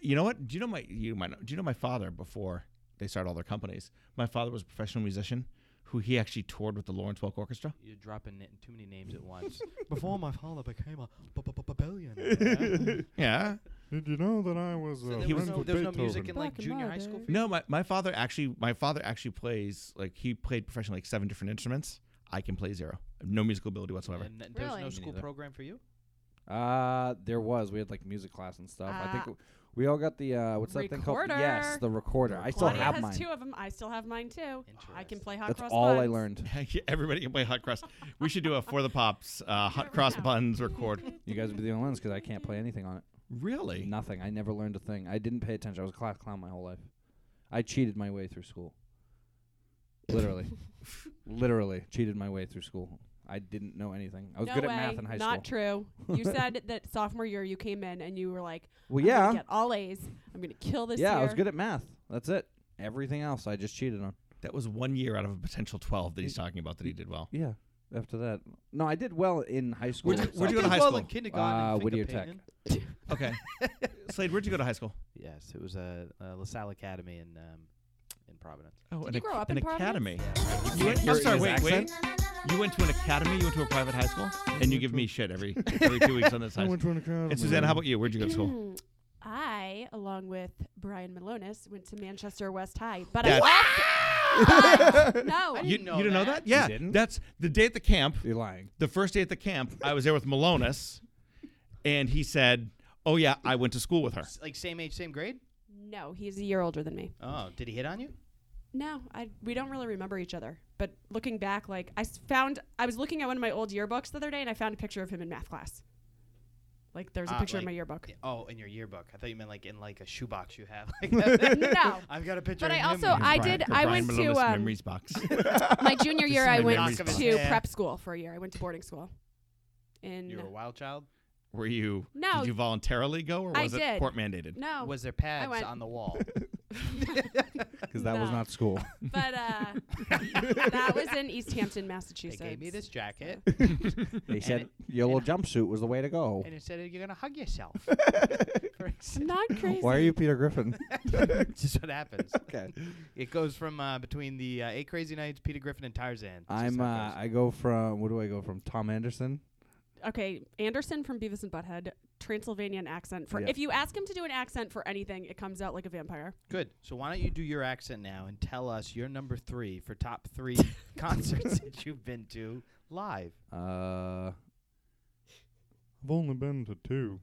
S3: You know what? Do you know my you might know, do you know my father before they started all their companies? My father was a professional musician who he actually toured with the Lawrence Welk Orchestra.
S2: you're dropping it too many names at once. Before my father became a bu- bu- bu- billionaire.
S3: Yeah.
S10: Did you know that I was?
S2: so
S10: Uh,
S2: there
S3: he
S2: was
S3: was
S2: no, there was no music in
S10: Beethoven.
S2: like
S5: Back in
S2: junior
S5: my
S2: high school.
S5: day.
S2: for you?
S3: No, my, my father actually my father actually plays like he played professionally like seven different instruments. I can play zero. I have No musical ability whatsoever.
S2: And th- there's
S5: Really?
S2: no
S5: Me
S2: school
S4: neither.
S2: program for you.
S4: Uh, there was. We had like music class and stuff. I think
S5: Uh,
S4: w- We all got the uh, what's that thing called?
S5: Recorder.
S4: Yes, the recorder. I still
S5: Claudia
S4: have
S5: has
S4: mine.
S5: two of them. I still have mine too. I can play hot
S4: That's
S5: cross
S4: all I
S5: buns.
S4: learned.
S3: Everybody can play hot cross. We should do a for the pops uh, hot cross buns record.
S4: You guys would be the only ones because I can't play anything on it.
S3: Really?
S4: Nothing. I never learned a thing. I didn't pay attention. I was a class clown my whole life. I cheated my way through school. Literally, literally cheated my way through school. I didn't know anything. I was
S5: no
S4: good
S5: way.
S4: at math in high
S5: Not
S4: school.
S5: true. You said that sophomore year you came in and you were like,
S4: Well,
S5: I'm gonna
S4: yeah,
S5: get all A's. I'm gonna kill this
S4: yeah.
S5: year.
S4: I was good at math. That's it. Everything else I just cheated on.
S3: That was one year out of a potential 12 that he's talking about that he did well.
S4: Yeah. After that, no, I did well in high school.
S3: Where'd you-
S4: so-
S3: where'd you go to
S2: Did
S3: high
S2: well
S3: school?
S2: in kindergarten
S4: Uh,
S8: Ah,
S2: and think
S4: Whittier
S2: of
S4: Tech.
S2: painting.
S3: Okay. Slade, where'd you go to high school?
S2: Yes, it was a, uh LaSalle Academy in um, in Providence.
S3: Oh,
S5: Did you grow up in Providence?
S3: academy.
S4: You can't
S3: I'm
S4: hear it in
S3: sorry,
S4: his
S3: wait,
S4: accent?
S3: wait. You went to an academy, you went to a private high school, and you give me shit every every two weeks on this high school. And Susanna, how about you? Where'd you go to school?
S5: I, along with Brian Malonis, went to Manchester West High, but
S3: Yeah.
S5: I also, no,
S2: I
S3: You,
S2: didn't know
S3: you didn't know
S2: that.
S3: that? Yeah.
S4: didn't?
S3: That's the day at the camp.
S4: You're lying.
S3: the first day at the camp, I was there with Malonis, and he said, "Oh yeah, I went to school with her."
S2: S- Like same age, same grade.
S5: no, he's a year older than me.
S2: Oh, did he hit on you?
S5: No, I we don't really remember each other. But looking back, like I s- found, I was looking at one of my old yearbooks the other day, and I found a picture of him in math class. Like there's a
S2: Ah,
S5: picture
S2: like-
S5: in my yearbook.
S2: Yeah, Oh, in your yearbook. I thought you meant like in like a shoebox you have.
S5: No.
S2: I've got a picture.
S5: But
S2: of
S5: I
S2: him
S5: also-
S2: with his
S5: I
S2: Brian-
S5: did-
S3: For
S5: I
S3: Brian
S5: went to,
S3: Malonis'
S5: um,
S3: memories box.
S5: my junior year,
S3: in
S5: I
S3: my
S5: went
S3: memories
S5: to
S3: box.
S2: Yeah.
S5: prep school for a year. I went to boarding school. In
S2: You were a wild child.
S3: Were you?
S5: No.
S3: Did you voluntarily go, or
S5: I
S3: was it
S5: did.
S3: court mandated?
S5: no,
S2: Was there pads
S5: went-
S2: on the wall?
S4: Because that was
S5: No.
S4: not school.
S5: but uh, that was in East Hampton,
S2: they
S5: Massachusetts.
S2: gave me this jacket,
S4: They said your little jumpsuit was the way to go.
S2: and it said you're gonna hug yourself. For
S5: I'm
S2: instance.
S5: not crazy.
S4: Why are you Peter Griffin?
S2: That's just what happens.
S4: okay.
S2: It goes from uh, between the uh, Eight Crazy Nights, Peter Griffin, and Tarzan. That's just
S4: I'm.
S2: how it
S4: Uh,
S2: goes.
S4: I go from. What do I go from? Tom Anderson.
S5: Okay, Anderson from Beavis and Butthead, Transylvanian accent. For
S4: Yeah.
S5: if you ask him to do an accent for anything, it comes out like a vampire.
S2: Good. So why don't you do your accent now and tell us your number three for top three concerts that you've been to live?
S4: Uh. I've only been to two.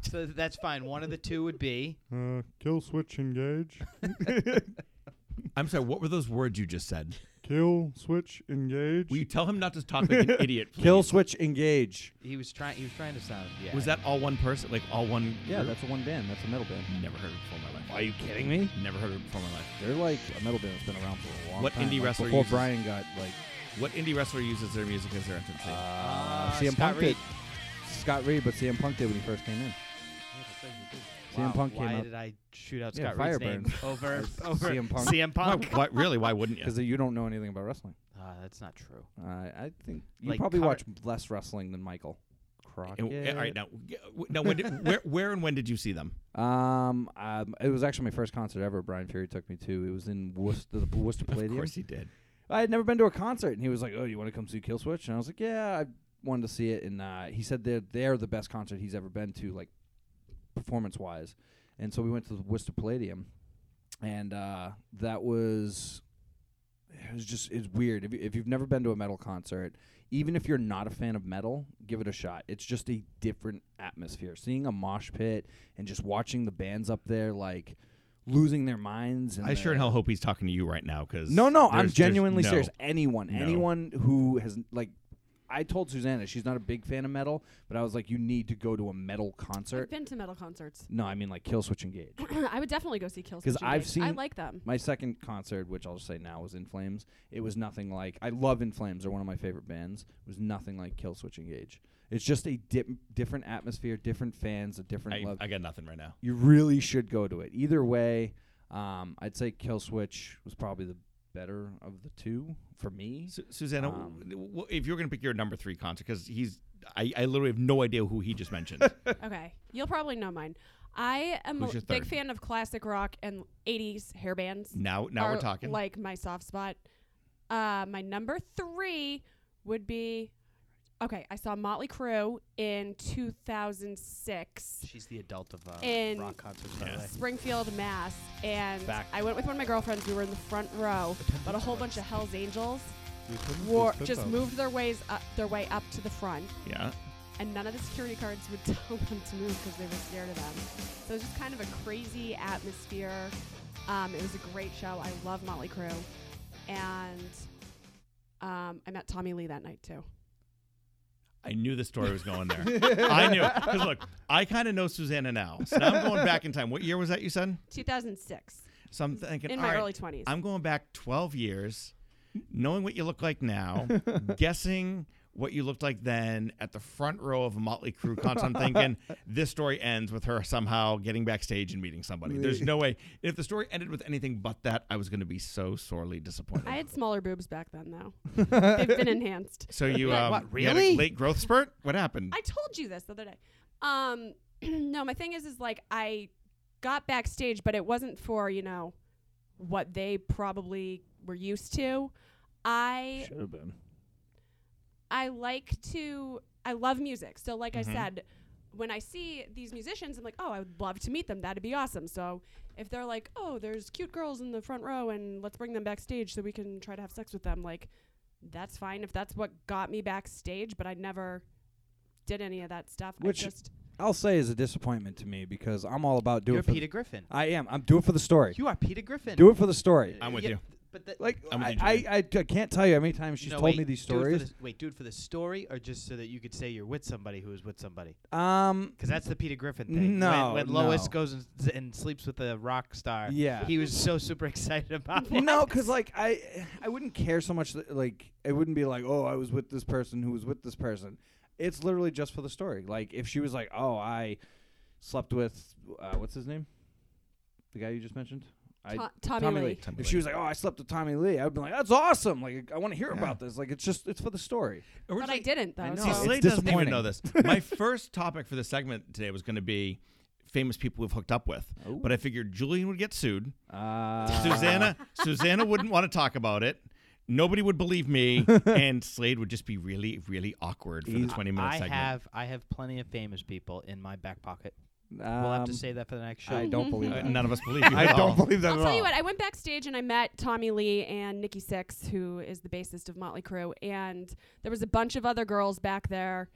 S2: So that's fine. One of the two would be
S4: Uh, kill, switch, engage.
S3: I'm sorry. What were those words you just said?
S4: Kill, switch, engage.
S3: Will you tell him not to talk like an idiot? please?
S4: kill, switch, engage.
S2: he was trying. He was trying to sound. Yeah.
S3: Was that all one person? Like all one?
S4: Yeah,
S3: group?
S4: that's a one band. That's a metal band.
S3: Never heard it before in my life.
S4: Are you kidding me?
S3: Never heard it before in my life.
S4: They're like a metal band that's been around for a long
S3: What
S4: time.
S3: indie
S4: like
S3: wrestler
S4: Before
S3: uses-
S4: Brian got like
S3: What indie wrestler uses their music as their entrance theme?
S4: Uh,
S2: Uh,
S4: CM
S2: Scott
S4: Punk
S2: Reed.
S4: did. Scott Reed, but CM Punk did when he first came in.
S2: Wow,
S4: CM Punk
S2: why
S4: came up
S2: did I shoot out
S4: Yeah,
S2: Scott Reed's
S4: Fireburn.
S2: name over
S4: It's
S2: over
S4: CM Punk.
S2: CM Punk.
S3: Why, really? Why wouldn't you?
S4: because you don't know anything about wrestling.
S2: Ah, that's not true.
S4: Uh, I think you
S2: Like
S4: probably
S2: cover-
S4: watch less wrestling than Michael Crockett.
S3: And- All right, now, now when did, where, where and when did you see them?
S4: Um, um, it was actually my first concert ever. Brian Fury took me to. It was in Worcester, the Worcester Palladium.
S3: Of course he did.
S4: I had never been to a concert, and he was like, "Oh, you want to come see Killswitch?" And I was like, "Yeah, I wanted to see it." And uh, he said they're they're the best concert he's ever been to, like performance wise. And so we went to the Worcester Palladium, and uh, that was it was just it's weird. If, you, if you've never been to a metal concert, even if you're not a fan of metal, give it a shot. It's just a different atmosphere. Seeing a mosh pit and just watching the bands up there, like losing their minds. And
S3: I sure
S4: their-
S3: and hell hope he's talking to you right now because
S4: no, no, I'm genuinely serious. Anyone,
S3: No.
S4: anyone who has like, I told Susanna she's not a big fan of metal, but I was like, you need to go to a metal
S5: I've
S4: concert.
S5: been to metal concerts.
S4: No, I mean like Killswitch Engage.
S5: I would definitely go see Killswitch.
S4: 'Cause I've
S5: Engage. I
S4: seen-
S5: like them.
S4: My second concert, which I'll just say now, was In Flames. It was nothing like. I love In Flames; they're one of my favorite bands. It was nothing like Killswitch Engage. It's just a dip, different atmosphere, different fans, a different
S3: I,
S4: love.
S3: I got nothing right now.
S4: you really should go to it. Either way, um, I'd say Killswitch was probably the better of the two for me.
S3: Su- Susanna,
S4: Um,
S3: w- w- if you're going to pick your number three concert, because he's, I, I literally have no idea who he just mentioned.
S5: okay, you'll probably know mine. I am
S3: Who's
S5: a
S3: your
S5: big
S3: third?
S5: fan of classic rock and 80s hair bands.
S3: now, now we're
S5: are,
S3: talking.
S5: Like my soft spot. Uh, my number three would be. Okay, I saw Motley Crue in 2006.
S2: She's the adult of uh,
S5: In-
S2: rock concerts, by the
S3: Yeah.
S2: way.
S5: Springfield, Mass, and
S2: Back.
S5: I went with one of my girlfriends. We were in the front row, but a whole bunch of Hell's Angels
S8: We couldn't
S5: wore
S8: just put
S5: just
S8: out.
S5: moved their ways up, their way up to the front,
S3: yeah,
S5: and none of the security guards would tell them to move because they were scared of them. So it was just kind of a crazy atmosphere. Um, it was a great show. I love Motley Crue, and um, I met Tommy Lee that night too.
S3: I knew the story was going there. I knew it. Because look, I kind of know Susanna now. So now I'm going back in time. What year was that you said?
S5: 2006,
S3: So I'm thinking,
S5: in
S3: all
S5: my
S3: right,
S5: early 20s.
S3: I'm going back 12 years, knowing what you look like now, guessing what you looked like then at the front row of a Motley Crue concert. I'm thinking this story ends with her somehow getting backstage and meeting somebody. There's no way. If the story ended with anything but that, I was going to be so sorely disappointed.
S5: I had smaller boobs back then, though. They've been enhanced.
S3: so you, um,
S2: what,
S3: you had a
S2: really?
S3: late growth spurt? What happened?
S5: I told you this the other day. Um, no, my thing is, is like I got backstage, but it wasn't for you know what they probably were used to. I
S4: Should have been.
S5: I like to I love music. So like
S4: Mm-hmm.
S3: Mhm.
S5: I said, when I see these musicians, I'm like, oh, I would love to meet them. That'd be awesome. So if they're like, oh, there's cute girls in the front row, and let's bring them backstage so we can try to have sex with them, like that's fine if that's what got me backstage. But I never did any of that stuff.
S4: Which-
S5: I just
S4: I'll say is a disappointment to me because I'm all about do
S2: You're
S4: it for.
S2: Peter
S4: the,
S2: Griffin.
S4: I am. I'm do it for the story.
S2: You are Peter Griffin. Uh,
S4: Do it for the story.
S3: I'm with
S2: Yeah,
S3: you.
S2: But that,
S4: Like
S3: I'm with
S4: I,
S3: you,
S4: I,
S3: Jimmy.
S4: I, I can't tell you how many times she's
S2: no,
S4: told
S2: wait,
S4: me these
S2: do it for
S4: stories.
S2: the- wait, do it for the story or just so that you could say you're with somebody who is with somebody?
S4: Um,
S2: Because that's the Peter Griffin thing. when,
S4: No,
S2: when Lois
S4: no.
S2: goes and, and sleeps with a rock star,
S4: Yeah.
S2: he was so super excited about it.
S4: no, because like I, I wouldn't care so much. That, like it wouldn't be like, oh, I was with this person who was with this person. It's literally just for the story. Like if she was like, oh, I slept with uh, what's his name, the guy you just mentioned. I,
S5: To- Tommy Lee.
S3: Tommy
S4: If
S3: Lee.
S4: she was like, "Oh, I slept with Tommy Lee," I'd be like, "That's awesome! Like, I want to hear about this. Like, it's just it's for the story."
S5: but I didn't though.
S4: I know.
S3: See,
S4: No,
S5: so-
S4: It's
S3: Slade doesn't even
S4: disappointing.
S3: know this. My first topic for the segment today was going to be famous people we've hooked up with,
S4: Ooh.
S3: but I figured Julian would get sued.
S4: Uh,
S3: Susanna, Susanna wouldn't want to talk about it. Nobody would believe me, and Slade would just be really, really awkward for the
S4: He's-
S3: twenty-minute
S2: I
S3: segment.
S2: have I have plenty of famous people in my back pocket. we'll have to
S4: um,
S2: say that for the next show.
S4: I don't believe
S3: Uh,
S4: that.
S3: none of us believe you.
S4: I
S3: at all.
S4: don't believe that
S5: I'll
S4: at
S5: tell
S4: all.
S5: you what. I went backstage and I met Tommy Lee and Nikki Six, who is the bassist of Motley Crue, and there was a bunch of other girls back there,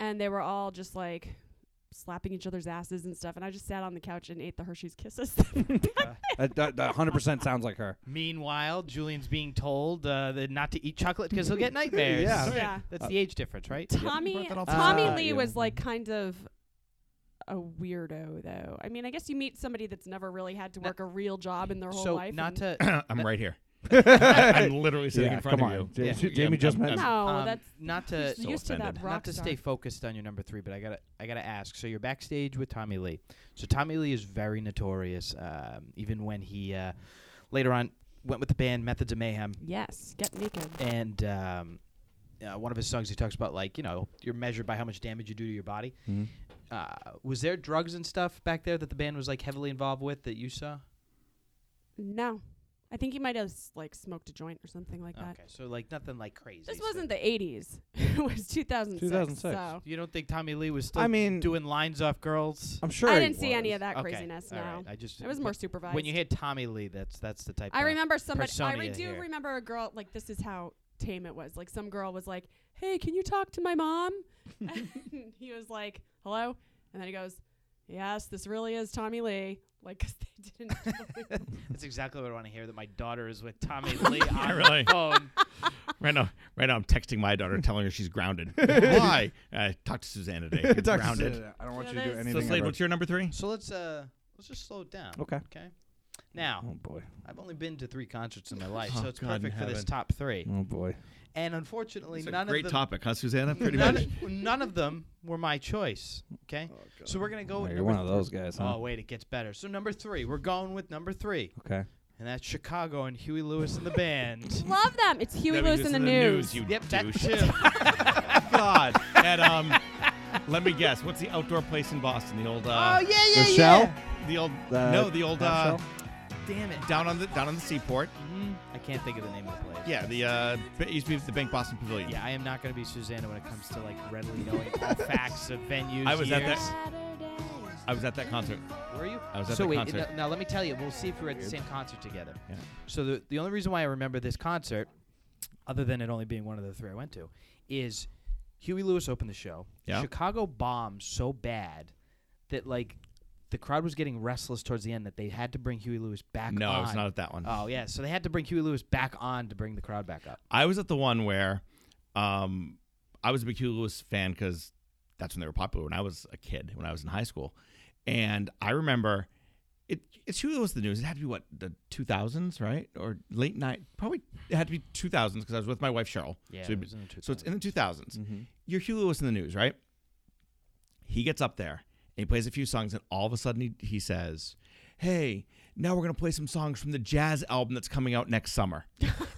S5: and they were all just like slapping each other's asses and stuff. And I just sat on the couch and ate the Hershey's Kisses.
S4: That- that that hundred percent sounds like her.
S2: Meanwhile, Julian's being told uh, that not to eat chocolate because he'll get nightmares.
S4: Yeah.
S5: yeah.
S2: That's the age difference, right?
S5: Tommy
S3: that all
S2: Ah,
S5: Tommy
S4: together.
S5: Lee
S4: Yeah.
S5: was like kind of a weirdo though. I mean, I guess you meet somebody that's never really had to
S2: No-
S5: work a real job in their whole
S2: so
S5: life.
S2: not
S5: and-
S2: to
S3: I'm right here. I'm literally sitting
S4: Yeah,
S3: in front
S4: come
S3: of
S4: on.
S3: you.
S4: Ja-
S2: Yeah.
S4: Jamie just
S3: I'm-
S4: mentioned.
S5: no,
S2: um,
S5: Oh, that's
S2: not
S5: you're
S2: to
S3: so
S5: used to
S3: offended.
S5: that rock
S2: not to
S5: star.
S2: stay focused on your number three, but I gotta I gotta ask. So you're backstage with Tommy Lee. So Tommy Lee is very notorious. Um, even when he uh, later on went with the band Methods of Mayhem,
S5: Yes, get naked.
S2: and um, uh, one of his songs he talks about like you know you're measured by how much damage you do to your body.
S4: Mhm.
S2: Uh, was there drugs and stuff back there that the band was like heavily involved with that you saw?
S5: No. I think he might have s- like smoked a joint or something like that.
S2: Okay, so like nothing like crazy.
S5: This
S2: so-
S5: wasn't the 80s. it was 2006.
S4: 2006.
S5: So
S2: You don't think Tommy Lee was still
S4: I mean,
S2: doing lines off girls?
S4: I'm sure
S5: I
S4: he
S5: didn't see any
S4: was.
S5: of that
S2: Okay,
S5: craziness.
S2: all
S5: No.
S2: right, I just
S5: It was more supervised.
S2: When you hear Tommy Lee, that's that's the type.
S5: I
S2: of-
S5: remember somebody. I
S2: persona
S5: re-
S2: you
S5: do
S2: hear.
S5: remember a girl like this is how tame it was. Like some girl was like, "Hey, can you talk to my mom?" and he was like, "Hello," and then he goes, "Yes, this really is Tommy Lee." Like, 'cause they didn't.
S2: That's exactly what I want to hear. That my daughter is with Tommy Lee on
S3: really.
S2: the phone.
S3: Right now, right now, I'm texting my daughter, telling her she's grounded. Why? Uh, talk to Susanna today. You're
S4: Talk to
S3: grounded.
S4: Susanna. I don't want
S5: Yeah,
S4: you to do
S5: there's- So
S3: So
S4: anything.
S3: Slade,
S4: ever.
S3: what's your number three?
S2: So let's uh let's just slow it down.
S4: Okay.
S2: Okay. Now
S4: Oh boy.
S2: I've only been to three concerts in my life,
S3: Oh,
S2: so it's
S3: God in
S2: perfect for this
S3: heaven.
S2: top three.
S4: Oh boy.
S2: And unfortunately,
S3: It's a
S2: none
S3: great
S2: of them
S3: topic, huh, Susanna? Pretty
S2: none,
S3: much.
S2: none of them were my choice. Okay. so we're gonna go.
S4: Oh,
S2: with
S4: you're
S2: number
S4: one of those guys, huh?
S2: Oh wait, it gets better. So number three, we're going with number three,
S4: Okay.
S2: and that's Chicago and Huey Lewis and the band.
S5: Love them. It's Huey
S3: Let me
S5: Lewis
S3: just
S5: in the,
S3: news.
S5: news.
S3: you
S2: Yep, that
S3: douche.
S2: too.
S3: God. And um, let me guess. What's the outdoor place in Boston? The old.
S2: oh
S3: Uh,
S2: yeah, yeah,
S4: the
S2: yeah.
S4: shell?
S3: The old.
S4: The
S3: no, the old. Uh,
S4: half
S2: Damn it.
S3: down on the down on the seaport.
S2: Mm, I can't think of the name of the place.
S3: Yeah, the uh, it used to be the Bank Boston Pavilion.
S2: Yeah, I am not going to be Susanna when it comes to like readily knowing all facts of venues.
S3: I was at
S2: years.
S3: that. I was at that concert.
S2: Were you?
S3: I was at
S2: so
S3: the
S2: wait,
S3: concert.
S2: n- now let me tell you. We'll see if we were at the same concert together.
S3: Yeah.
S2: So the the only reason why I remember this concert, other than it only being one of the three I went to, is Huey Lewis opened the show.
S3: Yeah.
S2: Chicago bombed so bad that like the crowd was getting restless towards the end that they had to bring Huey Lewis back
S3: No,
S2: on.
S3: I was not at that one.
S2: Oh yeah, so they had to bring Huey Lewis back on to bring the crowd back up.
S3: I was at the one where um, I was a big Huey Lewis fan because that's when they were popular when I was a kid, when I was in high school. And I remember it, it's Huey Lewis in the news. It had to be what, the 2000s, right? Or late night. Probably it had to be 2000s because I was with my wife, Cheryl.
S2: Yeah,
S3: So,
S2: it
S3: we-
S2: was in the Mm-hmm.
S3: so it's in the 2000s. You're Huey Lewis in the news, right? He gets up there and he plays a few songs, and all of a sudden he, he says, Hey, now we're going to play some songs from the jazz album that's coming out next summer.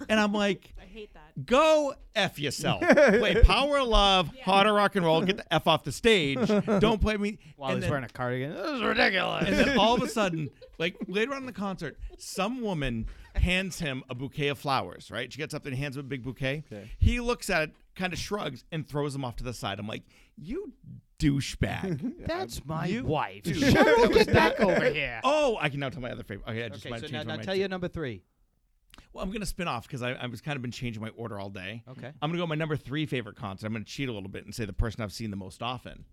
S3: and I'm like,
S5: I hate that.
S3: Go F yourself. play Power of Love, Hotter Rock and Roll, get the F off the stage. Don't play me.
S2: While
S3: And
S2: he's
S3: then-
S2: wearing a cardigan, this is ridiculous.
S3: and then all of a sudden, like later on in the concert, some woman hands him a bouquet of flowers, right? She gets up and hands him a big bouquet. He looks at it, kind of shrugs, and throws them off to the side. I'm like, you douchebag.
S2: That's my
S3: you-
S2: wife.
S3: Dude.
S2: Cheryl, get back over here.
S3: oh, I can now tell my other favorite. Okay, I just
S2: Okay,
S3: might
S2: so
S3: change
S2: now,
S3: my
S2: now
S3: mind.
S2: tell you number three.
S3: Well, I'm going to spin off because I, I was kind of been changing my order all day.
S2: Okay.
S3: I'm going to go my number three favorite concert. I'm going to cheat a little bit and say the person I've seen the most often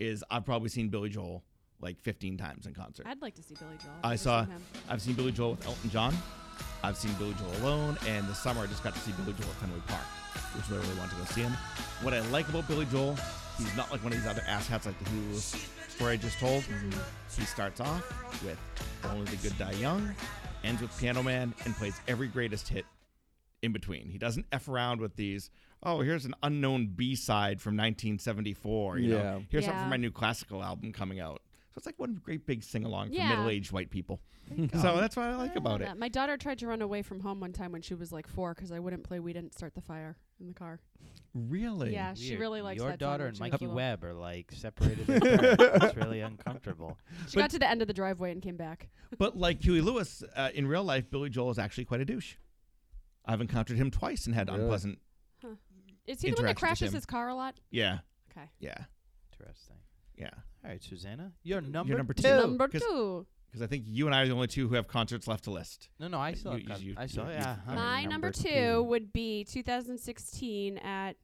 S3: is I've probably seen Billy Joel like 15 times in concert.
S5: I'd like to see Billy Joel. I've
S3: I
S5: never
S3: saw.
S5: seen him.
S3: I've seen Billy Joel with Elton John. I've seen Billy Joel alone, and this summer I just got to see Billy Joel at Fenway Park, which is where we want to go see him. What I like about Billy Joel, he's not like one of these other asshats like the Hulu story I just told.
S5: Mm-hmm.
S3: He starts off with "Only the Good Die Young," ends with "Piano Man," and plays every greatest hit in between. He doesn't f around with these. Oh, here's an unknown B side from 1974. You
S4: uh, Yeah.
S3: know, here's something
S5: Yeah.
S3: from my new classical album coming out. So it's like one great big sing along for
S5: Yeah.
S3: middle aged white people.
S5: Oh.
S3: So that's what I like about it.
S5: that. My daughter tried to run away from home one time when she was like four because I wouldn't play We Didn't Start the Fire in the car.
S3: Really?
S5: Yeah, she really likes
S2: Your
S5: that song
S2: daughter
S5: when
S2: and
S5: she was
S2: Mikey
S5: little.
S2: Webb are like separated. at birth. it's really uncomfortable.
S5: She got to the end of the driveway and came back.
S3: But like Huey Lewis, uh, in real life, Billy Joel is actually quite a douche. I've encountered him twice and had
S4: Really?
S3: unpleasant.
S5: Is he the one
S3: Interactions
S5: that
S3: with
S5: crashes
S3: him.
S5: his car a lot?
S3: Yeah,
S5: Okay.
S3: yeah,
S2: Interesting.
S3: yeah.
S2: All right, Susanna, you're number,
S3: number two.
S2: two.
S5: Number
S3: 'cause-
S5: two.
S3: Because I think you and I are the only two who have concerts left to list.
S2: No, no, I
S3: You-
S2: saw.
S3: you-
S2: it. Uh-huh.
S3: you-
S2: I saw.
S3: you-
S2: yeah,
S3: you-
S2: huh.
S5: My number
S4: number
S5: two,
S4: two.
S5: would be 2016 at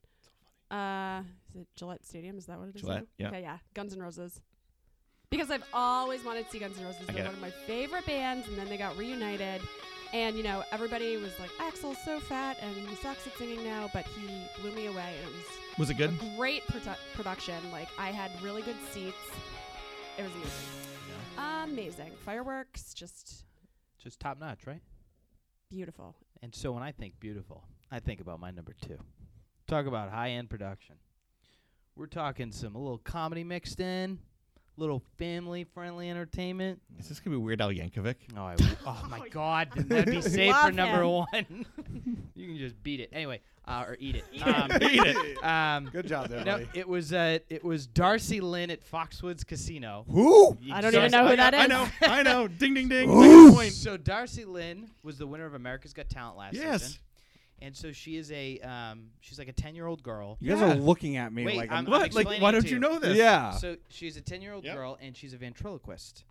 S5: uh, is it Gillette Stadium? Is that what it is?
S3: Gillette,
S5: now?
S3: yeah.
S5: Okay, yeah, Guns N' Roses. Because I've always wanted to see Guns N' Roses. They're
S3: get
S5: one of my favorite bands, and then they got reunited, and you know everybody was like, "Axel's so fat, and he sucks at singing now," but he blew me away, and it was
S3: Was it good?
S5: a great produ- production. Like I had really good seats. It was amazing. Amazing fireworks, just
S2: Just top notch, right?
S5: beautiful.
S2: And so when I think beautiful, I think about my number two. Talk about high end production. We're talking some a little comedy mixed in, little family friendly entertainment.
S3: Is this gonna be Weird Al Yankovic?
S2: Oh, I w- oh my God, then that'd be safe for
S5: Love
S2: number
S5: him.
S2: one. you can just beat it anyway, uh, or eat it. Um, um,
S10: Good job there,
S2: no,
S10: buddy.
S2: it was uh, it was Darcy Lynn at Foxwoods Casino.
S10: Who?
S5: I don't even know who that is.
S3: I know, I know. Ding, ding, ding. Good point.
S2: So Darcy Lynn was the winner of America's Got Talent last
S3: Yes.
S2: season. And so she is a um, she's like a ten year old girl.
S4: You guys
S3: Yeah.
S4: are looking at me
S2: Wait,
S4: like
S2: I'm-
S4: I'm.
S3: What? Like,
S2: explaining
S3: why
S2: it
S3: don't
S2: to
S3: you
S2: you.
S3: know this?
S4: yeah.
S2: So she's a ten year old
S3: Yep.
S2: girl and she's a ventriloquist.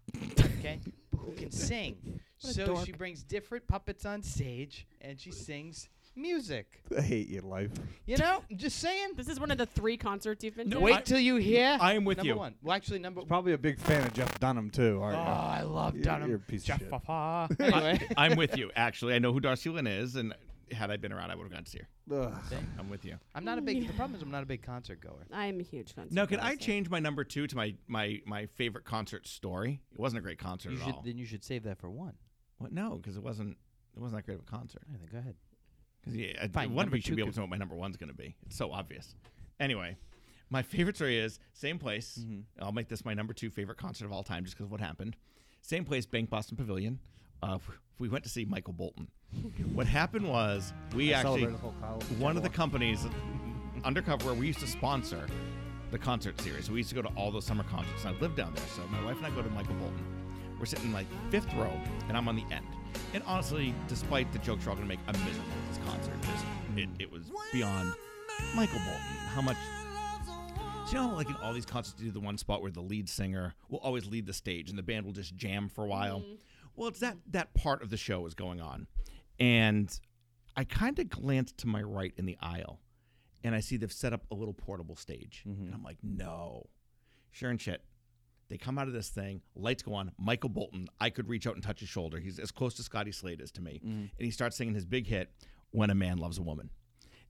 S2: Okay? Who can sing.
S5: What a
S2: so
S5: dork.
S2: she brings different puppets on stage and she sings music.
S10: I hate your life.
S2: You know? I'm just saying.
S5: This is one of the three concerts you've been to.
S2: Wait till you hear
S3: I am with
S2: number
S3: you.
S2: one. Well actually number
S10: Probably a big fan of Jeff Dunham too,
S2: Oh,
S10: aren't you?
S2: I love
S10: You're-
S2: Dunham.
S10: you're a piece of
S2: Jeff
S10: shit.
S2: Papa. Anyway.
S3: I'm with you. Actually, I know who Darcy Lynn is, and had I been around, I would have gone to see her.
S10: Ugh.
S3: I'm with you.
S2: I'm not a big the problem is I'm not a big concert goer.
S5: I'm a huge concert.
S3: Now, can
S5: goer,
S3: I
S5: so-
S3: change my number two to my my my favorite concert story? It wasn't a great concert
S2: You
S3: at
S2: should
S3: all.
S2: then you should save that for one.
S3: What? No, because it wasn't. It wasn't that great of a concert.
S2: I think go ahead.
S3: Because yeah, I-
S2: Fine,
S3: one of
S2: number
S3: you
S2: two
S3: should be able
S2: could-
S3: to know what my number one's going to be. It's so obvious. Anyway, my favorite story is same place.
S2: Mm-hmm.
S3: I'll make this my number two favorite concert of all time, just because of what happened. Same place, Bank Boston Pavilion. Uh, we went to see Michael Bolton. what happened was we actually
S4: celebrated the whole college
S3: one of the companies undercover where we used to sponsor the concert series. We used to go to all those summer concerts. And I lived down there, so my wife and I go to Michael Bolton. We're sitting like fifth row, and I'm on the end. And honestly, despite the jokes we're all gonna make, I'm miserable at this concert. Just it, it was beyond Michael Bolton. How much? Do you know, like in all these concerts, you do the one spot where the lead singer will always lead the stage, and the band will just jam for a while. Well, it's that that part of the show is going on, and I kind of glanced to my right in the aisle, and I see they've set up a little portable stage, and I'm like, no, sure and shit. They come out of this thing, lights go on. Michael Bolton, I could reach out and touch his shoulder. He's as close to Scotty Slade as to me, and he starts singing his big hit, "When a Man Loves a Woman."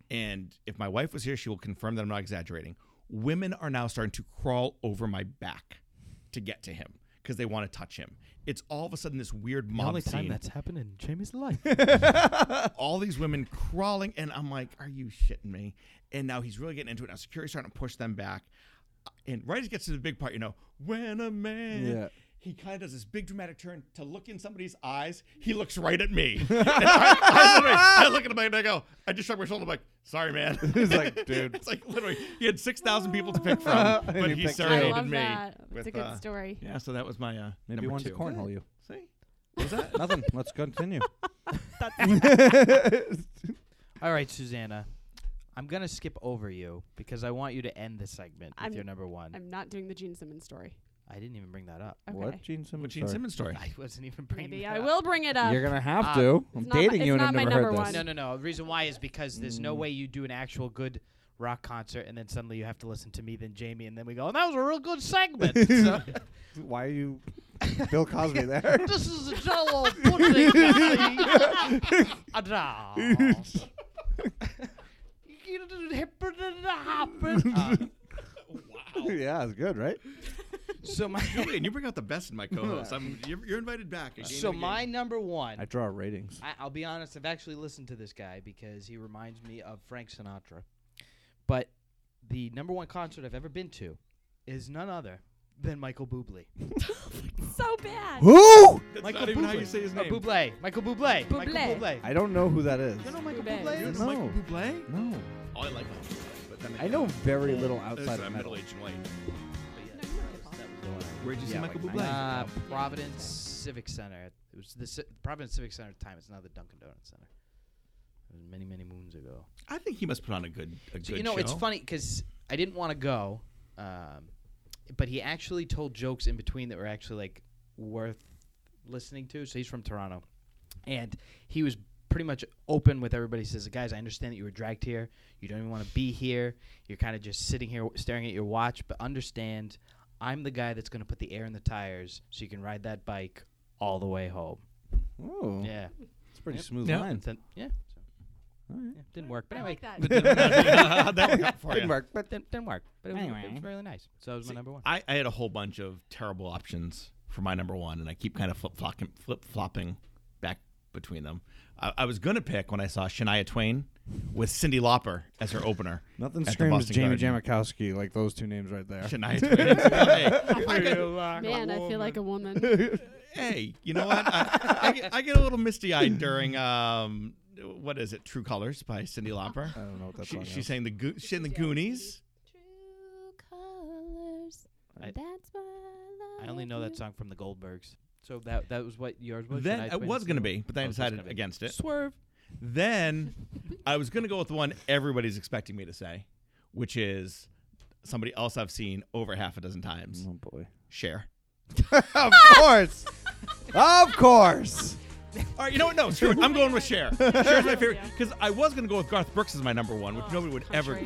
S3: And if my wife was here, she will confirm that I'm not exaggerating. Women are now starting to crawl over my back to get to him because they want to touch him. It's all of a sudden this weird mob scene
S8: happened in Jamie's life.
S3: all these women crawling, and I'm like, "Are you shitting me?" And now he's really getting into it. Now security's starting to push them back, Uh, and right as he gets to the big part, you know, when a man.
S4: Yeah.
S3: He kind of does this big dramatic turn to look in somebody's eyes. He looks right at me. And I, I literally- I look at him and I go, I just shrug my shoulder. I'm like, sorry, man.
S10: He's like, "Dude."
S3: It's like literally, he had 6,000 people to pick from,
S10: And
S3: but
S10: he
S3: he,
S10: picked you. I
S5: I
S3: serenaded
S5: love
S3: me.
S5: that. It's a
S3: with,
S5: good
S3: uh,
S5: story.
S3: Yeah, so that was my uh,
S4: Maybe
S3: number
S4: one's
S3: two.
S4: a cornhole you.
S3: See?
S4: Nothing. Let's continue.
S2: All right, Susanna. I'm gonna skip over you because I want you to end the segment
S5: I'm-
S2: with your number one.
S5: I'm not doing the Gene Simmons story.
S2: I didn't even bring that up.
S5: Okay.
S4: What Gene Simmons?
S3: Gene
S4: story?
S3: Simmons story.
S2: I wasn't even bringing.
S5: Maybe
S2: that
S5: I
S2: up.
S5: will bring it up.
S4: You're gonna have
S2: Uh,
S4: to. I'm
S5: it's not my-
S4: dating you,
S5: it's
S4: and I've
S5: not my
S4: never
S5: number
S4: heard this.
S5: one.
S2: No, no, no. The reason why is because there's no
S4: Mm.
S2: way you do an actual good rock concert and then suddenly you have to listen to me, then Jamie, and then we go, and that was a real good segment. So,
S10: Why are you Bill Cosby there?
S2: this is a jello pudding. A doll. You didn't happen to happen. Uh,
S10: yeah, it's good, right?
S2: so my
S3: Julian, you bring out the best in my co-hosts. I'm, you're, you're invited back. again
S2: so
S3: and again.
S2: my number one.
S4: I draw ratings.
S2: I, I'll be honest. I've actually listened to this guy because he reminds me of Frank Sinatra. But the number one concert I've ever been to is none other than Michael Bublé.
S5: so bad.
S10: Who?
S3: That's
S2: Michael
S3: not even how
S2: Bublé.
S3: you say his
S2: Oh,
S3: name.
S2: Bublé. Michael Bublé. Michael
S5: Bublé.
S2: Bublé.
S10: I don't know who that is.
S2: You know Michael
S5: Bublé.
S2: Bublé?
S3: You
S2: is?
S3: know
S4: No.
S3: Michael Bublé?
S4: No,
S3: Oh, I like Michael Bublé. But that makes
S4: I know very little
S3: That's
S4: outside
S3: a
S4: of metal.
S3: middle-aged white.
S5: No, you don't get off.
S3: Where'd you see
S4: Yeah,
S3: Michael
S4: like
S3: Bublé?
S2: Uh,
S4: Yeah.
S2: Providence Civic Center. It was the Ci- Providence Civic Center at the time. It's now the Dunkin' Donuts Center. It was many, many moons ago.
S3: I think he must put on a good, a
S2: So,
S3: good
S2: you know,
S3: show.
S2: it's funny because I didn't want to go, um, but he actually told jokes in between that were actually like worth listening to. So he's from Toronto, and he was pretty much open with everybody. He says, "Guys, I understand that you were dragged here. You don't even want to be here. You're kind of just sitting here staring at your watch, but understand." I'm the guy that's going to put the air in the tires so you can ride that bike all the way home.
S3: Mm.
S4: Oh,
S2: Yeah.
S4: it's pretty
S2: Yep.
S4: smooth
S3: Yeah.
S4: line.
S2: Then- yeah. So,
S4: Alright.
S2: yeah, Didn't work. But
S5: I
S2: anyway,
S5: like that.
S3: that worked out for
S4: Didn't
S3: you.
S4: work, but
S2: didn't, didn't work. But it was, it
S4: Anyway.
S2: was really nice. So that was my number one.
S3: I, I had a whole bunch of terrible options for my number one, and I keep kind of flip flopping, flip flopping back between them. I, I was gonna pick when I saw Shania Twain with Cindy Lauper as her opener.
S10: Nothing
S3: at the
S10: screams
S3: Boston
S10: Jamie
S3: Garden.
S10: Jamakowski like those two names right there.
S3: Shania Twain. Hey, I could-
S5: Man, I feel like a woman.
S3: hey, you know what? I, I, get, I get a little misty eyed during um, what is it? True Colors by Cindy Lauper.
S10: I don't know what that
S3: She,
S10: song
S3: she
S10: is.
S3: sang the Go- she sang the Goonies.
S5: True colors.
S2: I-
S5: That's why I,
S2: I only know that song from the Goldbergs. So that that was what yours was.
S3: Then it was gonna be, but then
S2: Oh,
S3: I
S2: it was
S3: decided
S2: gonna be.
S3: against it.
S2: Swerve.
S3: Then I was gonna go with the one everybody's expecting me to say, which is somebody else I've seen over half a dozen times.
S2: Mm.
S4: oh boy.
S3: Share.
S10: of course. of course.
S3: All right, you know what? No, screw it. I'm going with Cher. Cher's my favorite because I was gonna go with Garth Brooks as my number one, which nobody would ever.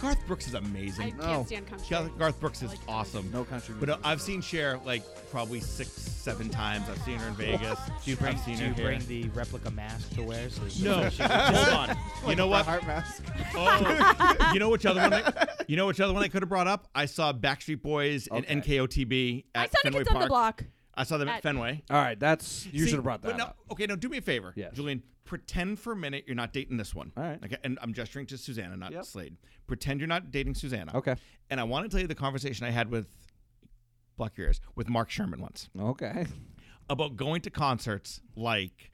S3: Garth Brooks is
S5: I
S3: amazing.
S5: can't stand country.
S3: Garth, Garth Brooks is
S5: like Garth.
S3: awesome.
S4: No country.
S3: But uh,
S4: music.
S3: I've seen Cher like probably six, seven times. I've seen her in Vegas.
S2: Do you bring
S3: I've seen
S2: Do you
S3: her
S2: bring
S3: here.
S2: the replica mask to wear? So you
S3: No,
S2: can-
S3: hold on. You know what?
S10: Heart mask.
S3: Oh, you know which other one? I, you know which other one I could have brought up? I saw Backstreet Boys
S4: Okay.
S3: and NKOTB at
S5: I saw the
S3: Fenway
S5: kids
S3: Park.
S5: on the block.
S3: I saw them at,
S5: At-
S3: Fenway.
S4: All right, that's you
S3: See,
S4: should have brought
S3: but
S4: that
S3: no-
S4: up.
S3: Okay, now do me a favor,
S4: Yes.
S3: Julian. Pretend for a minute you're not dating this one.
S4: All right.
S3: Okay, and I'm gesturing to Susanna, not
S4: Yep.
S3: Slade. Pretend you're not dating Susanna.
S4: Okay.
S3: And I want to tell you the conversation I had with Black Ears with Mark Sherman once.
S4: Okay.
S3: about going to concerts like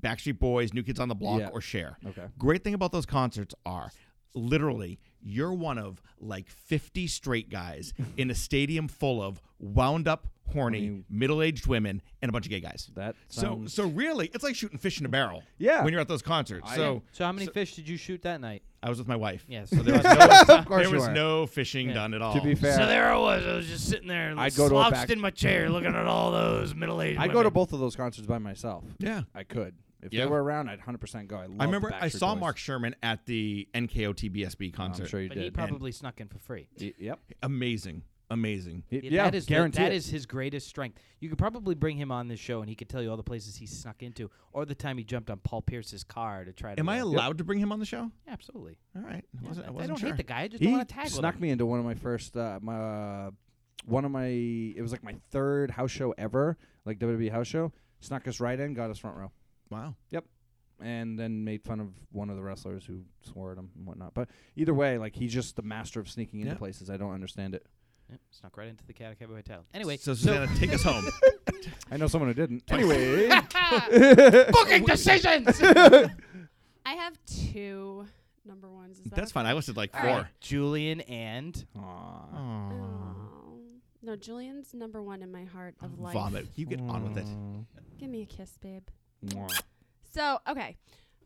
S3: Backstreet Boys, New Kids on the Block,
S4: Yeah.
S3: or Cher.
S4: Okay.
S3: Great thing about those concerts are literally you're one of like 50 straight guys in a stadium full of wound up, horny,
S4: Horny.
S3: middle aged women and a bunch of gay guys.
S4: That
S3: so,
S4: sounds
S3: so really, it's like shooting fish in a barrel.
S4: Yeah.
S3: When you're at those concerts. so,
S2: So how many fish did you shoot that night?
S3: I was with my wife.
S2: Yeah. So
S3: So there
S2: there
S3: was no,
S10: Of course
S3: there
S10: you
S3: was
S10: are.
S3: no fishing done at all.
S4: to be fair.
S2: So there I was. I was just sitting there,
S4: Oh. I'd go to a
S2: slouched
S4: back-
S2: in my chair, looking at all those middle-aged.
S4: I'd go to both of those concerts by myself.
S3: Yeah.
S4: I could. If
S3: Yeah.
S4: they were around, I'd 100% go. I, love the
S3: I remember I
S4: Backstreet
S3: saw
S4: Boys.
S3: Mark Sherman at the NKO TBSB
S4: I'm
S3: concert.
S4: sure you
S2: But he
S4: did.
S2: probably snuck in for free.
S4: Y- yep.
S3: Amazing, amazing.
S2: Yeah,
S4: yeah,
S2: that is
S4: guaranteed.
S2: that is his greatest strength. You could probably bring him on this show, and he could tell you all the places he snuck into, or the time he jumped on Paul Pierce's car to try to.
S3: Am I
S2: uh,
S3: allowed to bring him on the show?
S2: Yeah, absolutely.
S3: All right, I
S2: Yeah,
S3: wasn't, I
S2: I
S3: wasn't
S2: don't
S3: sure.
S2: hate the guy. I just
S4: he
S2: don't want to tag
S4: snuck me into one of my first uh, my uh, one of my it was like my third house show ever like WWE house show snuck us right in got us front row
S3: wow.
S4: and then made fun of one of the wrestlers who swore at him and whatnot but either way like he's just the master of sneaking into
S3: Yeah.
S4: places I don't understand it
S2: Yep, snuck right into the Catacabra Hotel. Anyway,
S3: so Susanna, take us home.
S4: I know someone who didn't anyway
S2: booking decisions.
S5: I have two number ones. Is that
S3: That's
S5: okay?
S3: fine. I listed like
S5: All
S3: four.
S5: right.
S2: Julian and
S4: Aw.
S3: Aw.
S5: Oh. No, Julian's number one in my heart of life.
S3: Vomit. You get on with it.
S5: Give me a kiss, babe.
S4: Mwah.
S5: So, okay.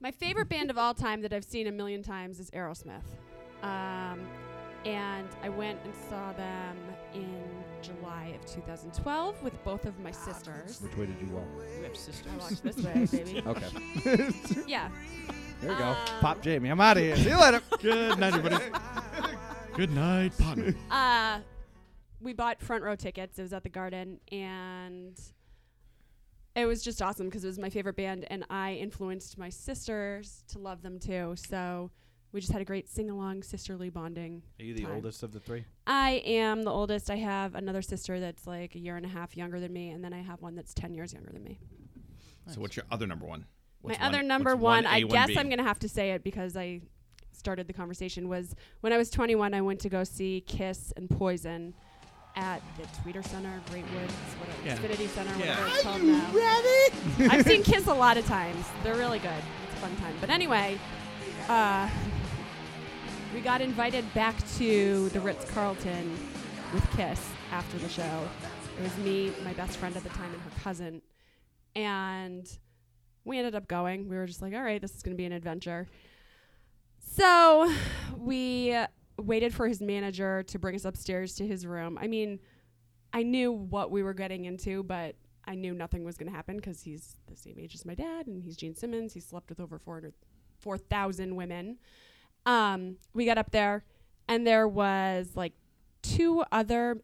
S5: My favorite band of all time that I've seen a million times is Aerosmith. Um, and I went and saw them in July of 2012 with both of my sisters.
S4: which way did you walk
S2: you have sisters.
S5: Ah, I walked this way, baby.
S4: okay
S5: Yeah.
S4: there we go
S5: Um,
S4: pop Jamie I'm out of here see you later
S3: Good night, everybody. Good night, partner.
S5: Uh, we bought front row tickets. It was at the Garden, and it was just awesome because it was my favorite band, and I influenced my sisters to love them too. So we just had a great sing along, sisterly bonding.
S2: Are you the
S5: Time.
S2: oldest of the three?
S5: I am the oldest. I have another sister that's like a year and a half younger than me, and then I have one that's 10 years younger than me.
S3: So, what's your other number one? What's
S5: my other
S3: one-
S5: number
S3: what's
S5: one, I
S3: A,
S5: guess
S3: B?
S5: I'm going to have to say it because I started the conversation, was when I was 21, I went to go see Kiss and Poison at the Tweeter Center, Great Woods, whatever,
S3: Yeah.
S5: Xfinity Center,
S3: Yeah.
S5: whatever it's called now. I've seen Kiss a lot of times. They're really good. It's a fun time. But anyway, uh, we got invited back to the Ritz Carlton with Kiss after the show. It was me, my best friend at the time, and her cousin. And we ended up going. We were just like, all right, this is going to be an adventure. So we waited for his manager to bring us upstairs to his room. I mean, I knew what we were getting into, but I knew nothing was going to happen because he's the same age as my dad and he's Gene Simmons. He slept with over 400 4,000 women. Um, we got up there and there was like two other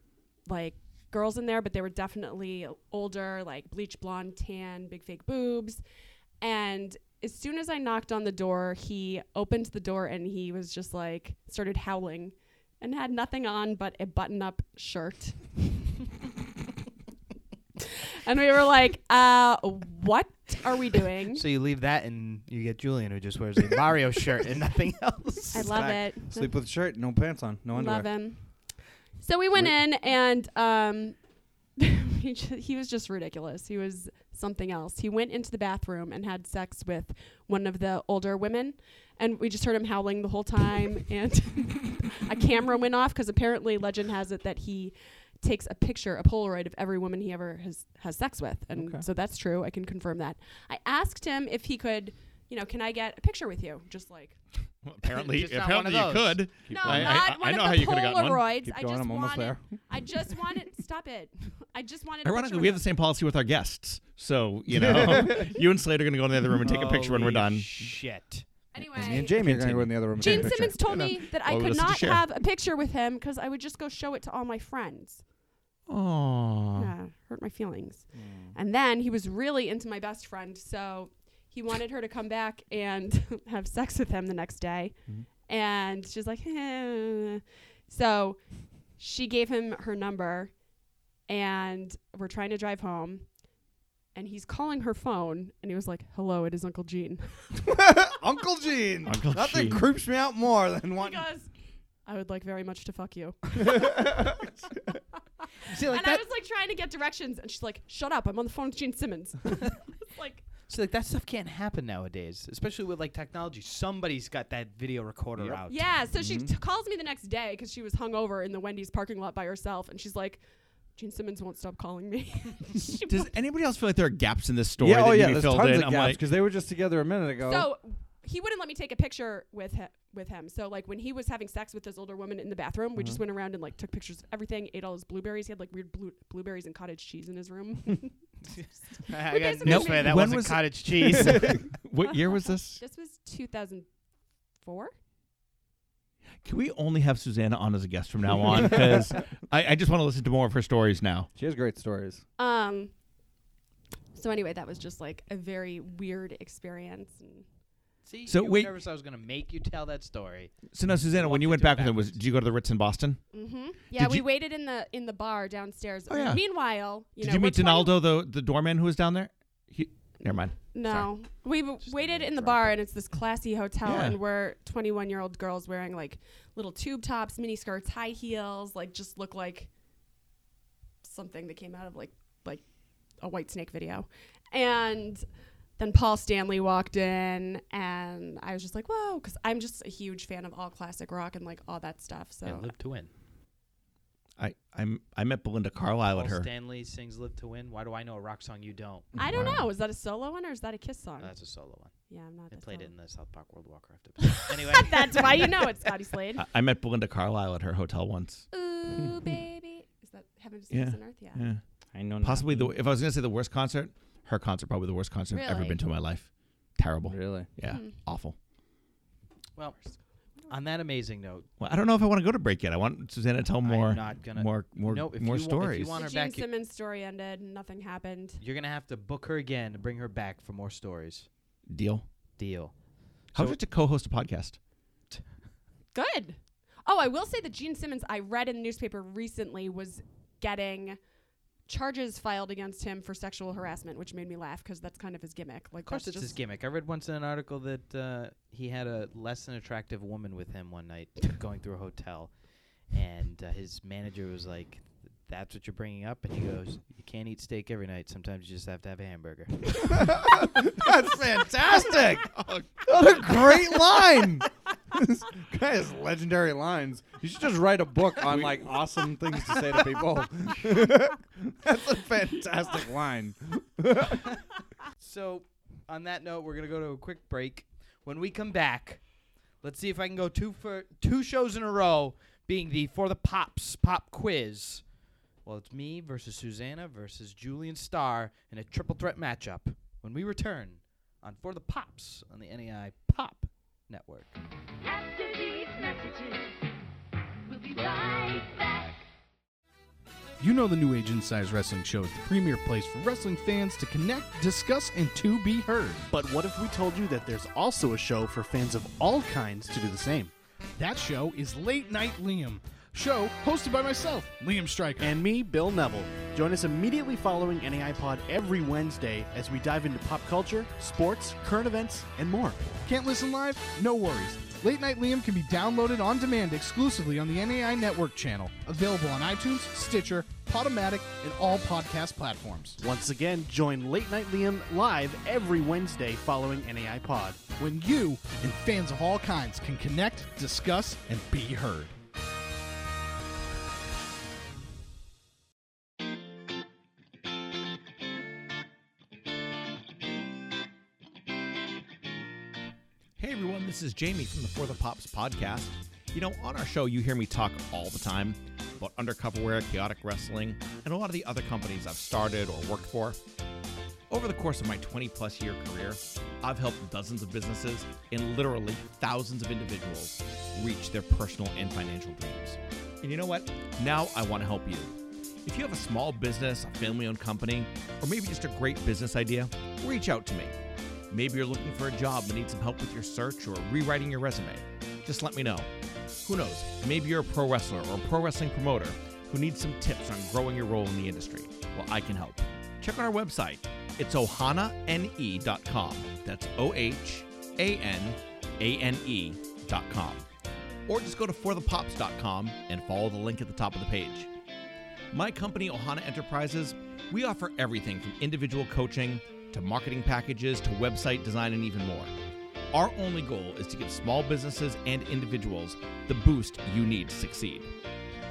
S5: like girls in there, but they were definitely older, like bleach blonde, tan, big fake boobs. And as soon as I knocked on the door, he opened the door and he was just like started howling and had nothing on but a button up shirt. and we were like, uh, what are we doing?
S2: So you leave that, and you get Julian, who just wears a Mario shirt and nothing else.
S5: I love
S10: back.
S5: it.
S10: Sleep with shirt, no pants on, no underwear.
S5: Love him. So we went in and um, he, ju- he was just ridiculous. He was something else. He went into the bathroom and had sex with one of the older women, and we just heard him howling the whole time. and a camera went off because apparently legend has it that he takes a picture, a Polaroid of every woman he ever has has sex with, and
S4: Okay.
S5: so that's true. I can confirm that. I asked him if he could, you know, can I get a picture with you, just like
S3: Well, apparently,
S2: Just not one
S3: apparently
S2: of
S3: you
S2: those.
S3: could.
S5: no,
S3: going. I-
S5: not
S3: I- I
S5: one
S3: know how
S5: of
S3: you
S5: the
S3: could've gotten one.
S5: Polaroids.
S4: Keep
S5: I
S4: going,
S5: just
S4: I'm almost
S5: wanted.
S4: there.
S5: I just wanted. Stop it. I just wanted. a
S3: Ironically,
S5: picture
S3: we have
S5: with
S3: the
S5: him.
S3: same policy with our guests. So, you know, you and Slade are going to go in the other room and take a picture when we're
S2: Holy
S3: done.
S2: Shit.
S10: Me and
S5: Anyway,
S10: Jamie are gonna go in the other room. and take
S5: Gene
S10: a picture.
S5: Simmons told me that I
S3: Well,
S5: could
S3: listen to
S5: not
S3: Cher.
S5: have a picture with him because I would just go show it to all my friends.
S3: Oh.
S5: Yeah, hurt my feelings. And then he was really into my best friend, so he wanted her to come back and have sex with him the next day. And she's like, "Eh." so she gave him her number, and we're trying to drive home. And he's calling her phone, and he was like, "Hello, it is Uncle Gene."
S10: Uncle Gene.
S3: Uncle
S10: Nothing
S3: Gene.
S10: creeps me out more than
S5: He
S10: one.
S5: goes, "I would like very much to fuck you."
S2: See, like
S5: and I
S2: that.
S5: was like trying to get directions, and she's like, "Shut up! I'm on the phone with Gene Simmons." It's like,
S2: See, like that stuff can't happen nowadays, especially with like technology. Somebody's got that video recorder
S4: Yep.
S2: out.
S5: Yeah, so she t- calls me the next day because she was hungover in the Wendy's parking lot by herself, and she's like, "Gene Simmons won't stop calling me." She
S3: Does
S5: won't-
S3: anybody else feel like there are gaps in this story
S10: Yeah,
S3: that
S10: oh
S3: need
S10: yeah,
S3: to be
S10: there's
S3: filled
S10: tons
S3: in?
S10: of
S3: I'm
S10: gaps
S3: like,
S10: because they were just together a minute ago.
S5: so he wouldn't let me take a picture with him. With him, so like when he was having sex with this older woman in the bathroom, we just went around and like took pictures of everything, ate all his blueberries. He had like weird blue- blueberries and cottage cheese in his room.
S8: I got
S5: We basically
S8: news
S5: made
S8: for you.
S5: it-
S8: That
S3: When
S8: wasn't
S3: was it?
S8: cottage cheese.
S3: what year was this?
S5: This was 2004.
S3: Can we only have Susanna on as a guest from now on? Because I, I just want to listen to more of her stories now.
S4: She has great stories.
S5: Um. So anyway, that was just like a very weird experience. And
S2: See,
S3: So
S2: you were
S3: wait-
S2: nervous I was going to make you tell that story.
S3: So now, Susanna, when
S2: Walked
S3: you went
S2: into it
S3: back with her, was
S2: backwards.
S3: did you go to the Ritz in Boston?
S5: hmm Yeah,
S3: Did
S5: we
S3: you-
S5: waited in the in the bar downstairs.
S3: Oh, yeah.
S5: Meanwhile, you
S3: did
S5: know,
S3: you
S5: we're
S3: meet
S5: 20
S3: Donaldo, the the doorman who was down there? He, never mind.
S5: No, we w- waited in the bar, and it's this classy hotel,
S3: Yeah.
S5: and we're 21 year old girls wearing like little tube tops, mini skirts, high heels, like just look like something that came out of like like a White Snake video, and then Paul Stanley walked in, and I was just like, whoa, because I'm just a huge fan of all classic rock and like all that stuff. So
S3: Oh.
S2: And live to win.
S3: I I'm, I met Belinda Carlisle at
S2: Paul
S3: her.
S2: Stanley sings "Live to Win." Why do I know a rock song you don't?
S5: I don't know, is that a solo one or is that a Kiss song?
S2: Oh, that's a solo one.
S5: yeah, I'm not.
S2: They
S5: that
S2: played it
S5: solo.
S2: in the South Park World Warcraft episode. anyway,
S5: that's why you know it's Scotty Slade.
S3: I, I met Belinda Carlisle at her hotel once.
S5: Ooh, baby. Is that Heaven is
S3: Yeah.
S5: on Earth? Yeah.
S3: Yeah.
S10: I know.
S3: Possibly the if I was gonna say the worst concert, her concert probably the worst concert I've ever
S5: Really?
S3: been to in my life. Terrible.
S4: Really?
S3: Yeah.
S5: Hmm.
S3: Awful.
S2: well, on that amazing note,
S3: Well, I don't know if I want to go to break yet. I want Susanna to tell more
S2: I'm not gonna.
S3: more more
S2: No,
S3: more
S2: if you wa- if you
S3: stories.
S2: want-
S5: The
S2: her
S5: Gene
S2: back i-
S5: Simmons story ended. Nothing happened.
S2: You're gonna have to book her again to bring her back for more stories.
S3: Deal.
S2: Deal.
S3: How's
S2: So-
S3: it to co-host a podcast?
S5: Good. Oh, I will say that Gene Simmons, I read in the newspaper recently, was getting charges filed against him for sexual harassment, which made me laugh because that's kind of his gimmick. Like,
S2: Of course,
S5: that's
S2: it's his
S5: just
S2: gimmick. I read once in an article that uh, he had a less than attractive woman with him one night going through a hotel, and uh, his manager was like, "That's what you're bringing up," and he goes, "You can't eat steak every night. Sometimes you just have to have a hamburger."
S10: That's fantastic. Oh, what a great line. this guy has legendary lines. You should just write a book on like awesome things to say to people. That's a fantastic line.
S2: so, on that note, we're gonna go to a quick break. When we come back, let's see if I can go two for two shows in a row, being the for the pops pop quiz. Well, it's me versus Susanna versus Julian Starr in a triple threat matchup. When we return on for the pops on the NEI Pop Network.
S6: After these messages, we'll be right back.
S8: You know the New Age Insiders Wrestling Show is the premier place for wrestling fans to connect, discuss, and to be heard.
S1: But what if we told you that there's also a show for fans of all kinds to do the same?
S8: That show is Late Night Liam, show hosted by myself, Liam Stryker.
S1: And me, Bill Neville. Join us immediately following NAI Pod every Wednesday as we dive into pop culture, sports, current events, and more.
S8: Can't listen live? No worries. Late Night Liam can be downloaded on demand exclusively on the NAI Network channel. Available on iTunes, Stitcher, Podomatic, and all podcast platforms.
S1: Once again, join Late Night Liam live every Wednesday following NAI Pod.
S8: When you and fans of all kinds can connect, discuss, and be heard.
S3: Hey everyone, this is Jamie from the For the Pops podcast. You know, on our show, you hear me talk all the time about undercoverware, chaotic wrestling, and a lot of the other companies I've started or worked for. Over the course of my 20 plus year career, I've helped dozens of businesses and literally thousands of individuals reach their personal and financial dreams. And you know what? Now I want to help you. If you have a small business, a family owned company, or maybe just a great business idea, reach out to me. Maybe you're looking for a job and need some help with your search or rewriting your resume. Just let me know. Who knows? Maybe you're a pro wrestler or a pro wrestling promoter who needs some tips on growing your role in the industry. Well, I can help. Check out our website. It's ohanane.com. That's O H A N A N E.com. Or just go to forthepops.com and follow the link at the top of the page. My company, Ohana Enterprises, we offer everything from individual coaching to marketing packages to website design and even more. Our only goal is to give small businesses and individuals the boost you need to succeed.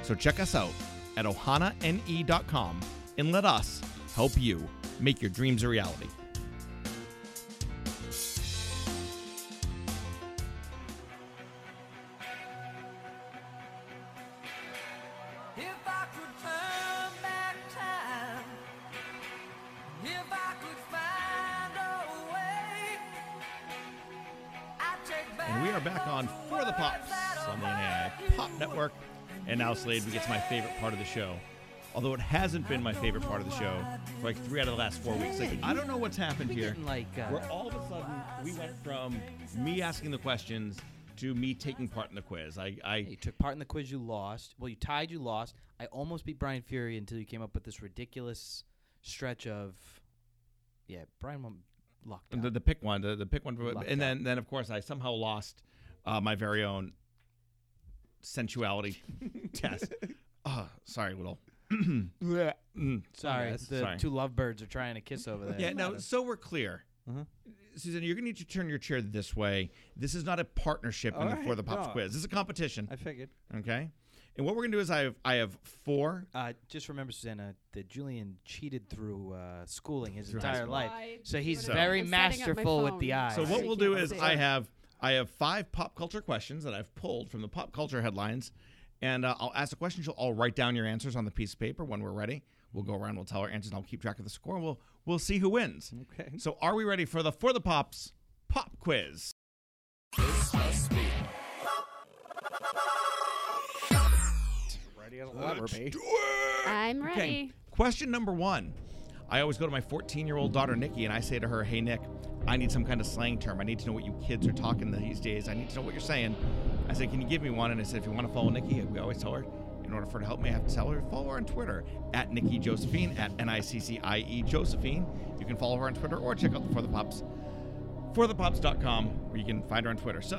S3: So check us out at ohanane.com and let us help you make your dreams a reality.
S6: If I could turn back time,
S3: And we are back on For the Pops on the NAI Pop Network. And now Slade gets my favorite part of the show. Although it hasn't been my favorite part of the show for like three out of the last four weeks. Like, I don't know what's happened here.
S2: Getting like uh,
S3: Where all of a sudden we went from me asking the questions to me taking part in the quiz. I,
S2: you
S3: I
S2: took part in the quiz, you lost. Well, you tied, you lost. I almost beat Brian Fury until you came up with this ridiculous stretch of, yeah, Brian won- locked out.
S3: the, the pick one, the, the pick one,
S2: Lucked
S3: and
S2: out.
S3: then then of course I somehow lost uh, my very own sensuality test. Oh, sorry, little. Mm.
S2: Sorry,
S3: Yes,
S2: the
S3: sorry.
S2: two lovebirds are trying to kiss over there.
S3: Yeah, now, so we're clear.
S4: Mm-hmm.
S3: Susan, you're going to need to turn your chair this way. This is not a partnership in
S4: All
S3: the
S4: right,
S3: For the Pops
S4: no.
S3: quiz. This is a competition.
S4: I figured.
S3: Okay? And what we're going to do is I have, I have four.
S2: Uh, just remember, Susanna, that Julian cheated through uh, schooling his
S3: Through high
S2: entire
S3: school.
S2: life.
S5: Why
S2: So
S5: do
S2: he's
S5: you wanna-
S2: very
S5: I'm setting up my
S2: masterful with
S5: phone.
S2: the eyes.
S3: So
S5: I
S3: what we'll
S5: can't
S3: do is
S5: see.
S3: I have I have five pop culture questions that I've pulled from the pop culture headlines, and uh, I'll ask a question. You'll all write down your answers on the piece of paper when we're ready. We'll go around. We'll tell our answers. and I'll keep track of the score. and We'll we'll see who wins.
S4: Okay.
S3: So are we ready for the For the Pops pop quiz?
S5: I'm ready.
S3: Okay. Question number one. I always go to my 14 year old daughter, Nikki, and I say to her, Hey, Nick, I need some kind of slang term. I need to know what you kids are talking these days. I need to know what you're saying. I said, Can you give me one? And I said, If you want to follow Nikki, we always tell her, in order for her to help me, I have to tell her to follow her on Twitter at Nikki Josephine, at N I C C I E Josephine. You can follow her on Twitter or check out the For the Pops forthepops.com where you can find her on Twitter. So,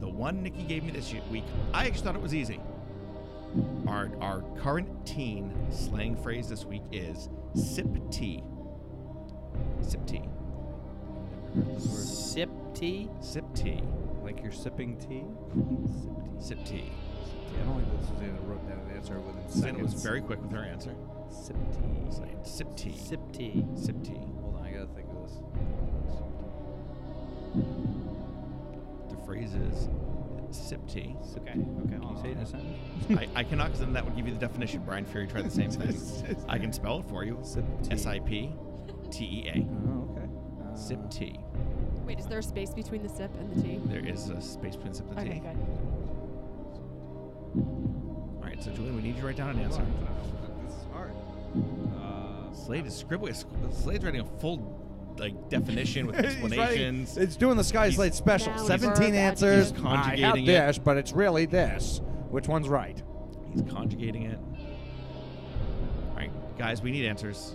S3: the one Nikki gave me this ye- week, I actually thought it was easy. Our our current teen slang phrase this week is sip tea. Sip tea.
S2: Sip tea.
S3: Sip tea.
S4: Like you're sipping tea?
S3: Sip tea.
S4: Yeah, I don't think that Susanna wrote down an answer within
S3: Susanna
S4: seconds.
S3: was very quick with her answer.
S4: Sip tea.
S3: It's like, Sip tea.
S2: Sip tea.
S3: Sip tea.
S4: Hold on, I gotta think of this.
S3: The phrase is sip tea.
S4: Sip
S2: Okay,
S4: tea.
S2: okay,
S4: Can
S2: hold
S4: you say it in
S2: on.
S4: a sentence?
S3: I, I cannot because then that would give you the definition. Brian Fury tried the same thing. I can spell it for you.
S4: Sip tea.
S3: S I P T E A.
S4: Oh, okay. Uh,
S3: Sip tea.
S5: Wait, is there a space between the sip and the tea?
S3: There is a space between sip and tea.
S5: Okay, good.
S3: All right, so Julian, we need you to write down an
S4: Hold
S3: answer.
S4: on, This is hard. Uh,
S3: Slade is scribbling. Slade's writing a full like definition with explanations.
S4: it's doing the Sky
S3: He's-
S4: Slate special.
S5: Now he's
S4: 17
S5: verbed
S4: answers.
S3: He's
S4: I have
S3: conjugating it.
S4: this, but it's really this. Which one's right?
S3: He's conjugating it. All right, guys, we need answers.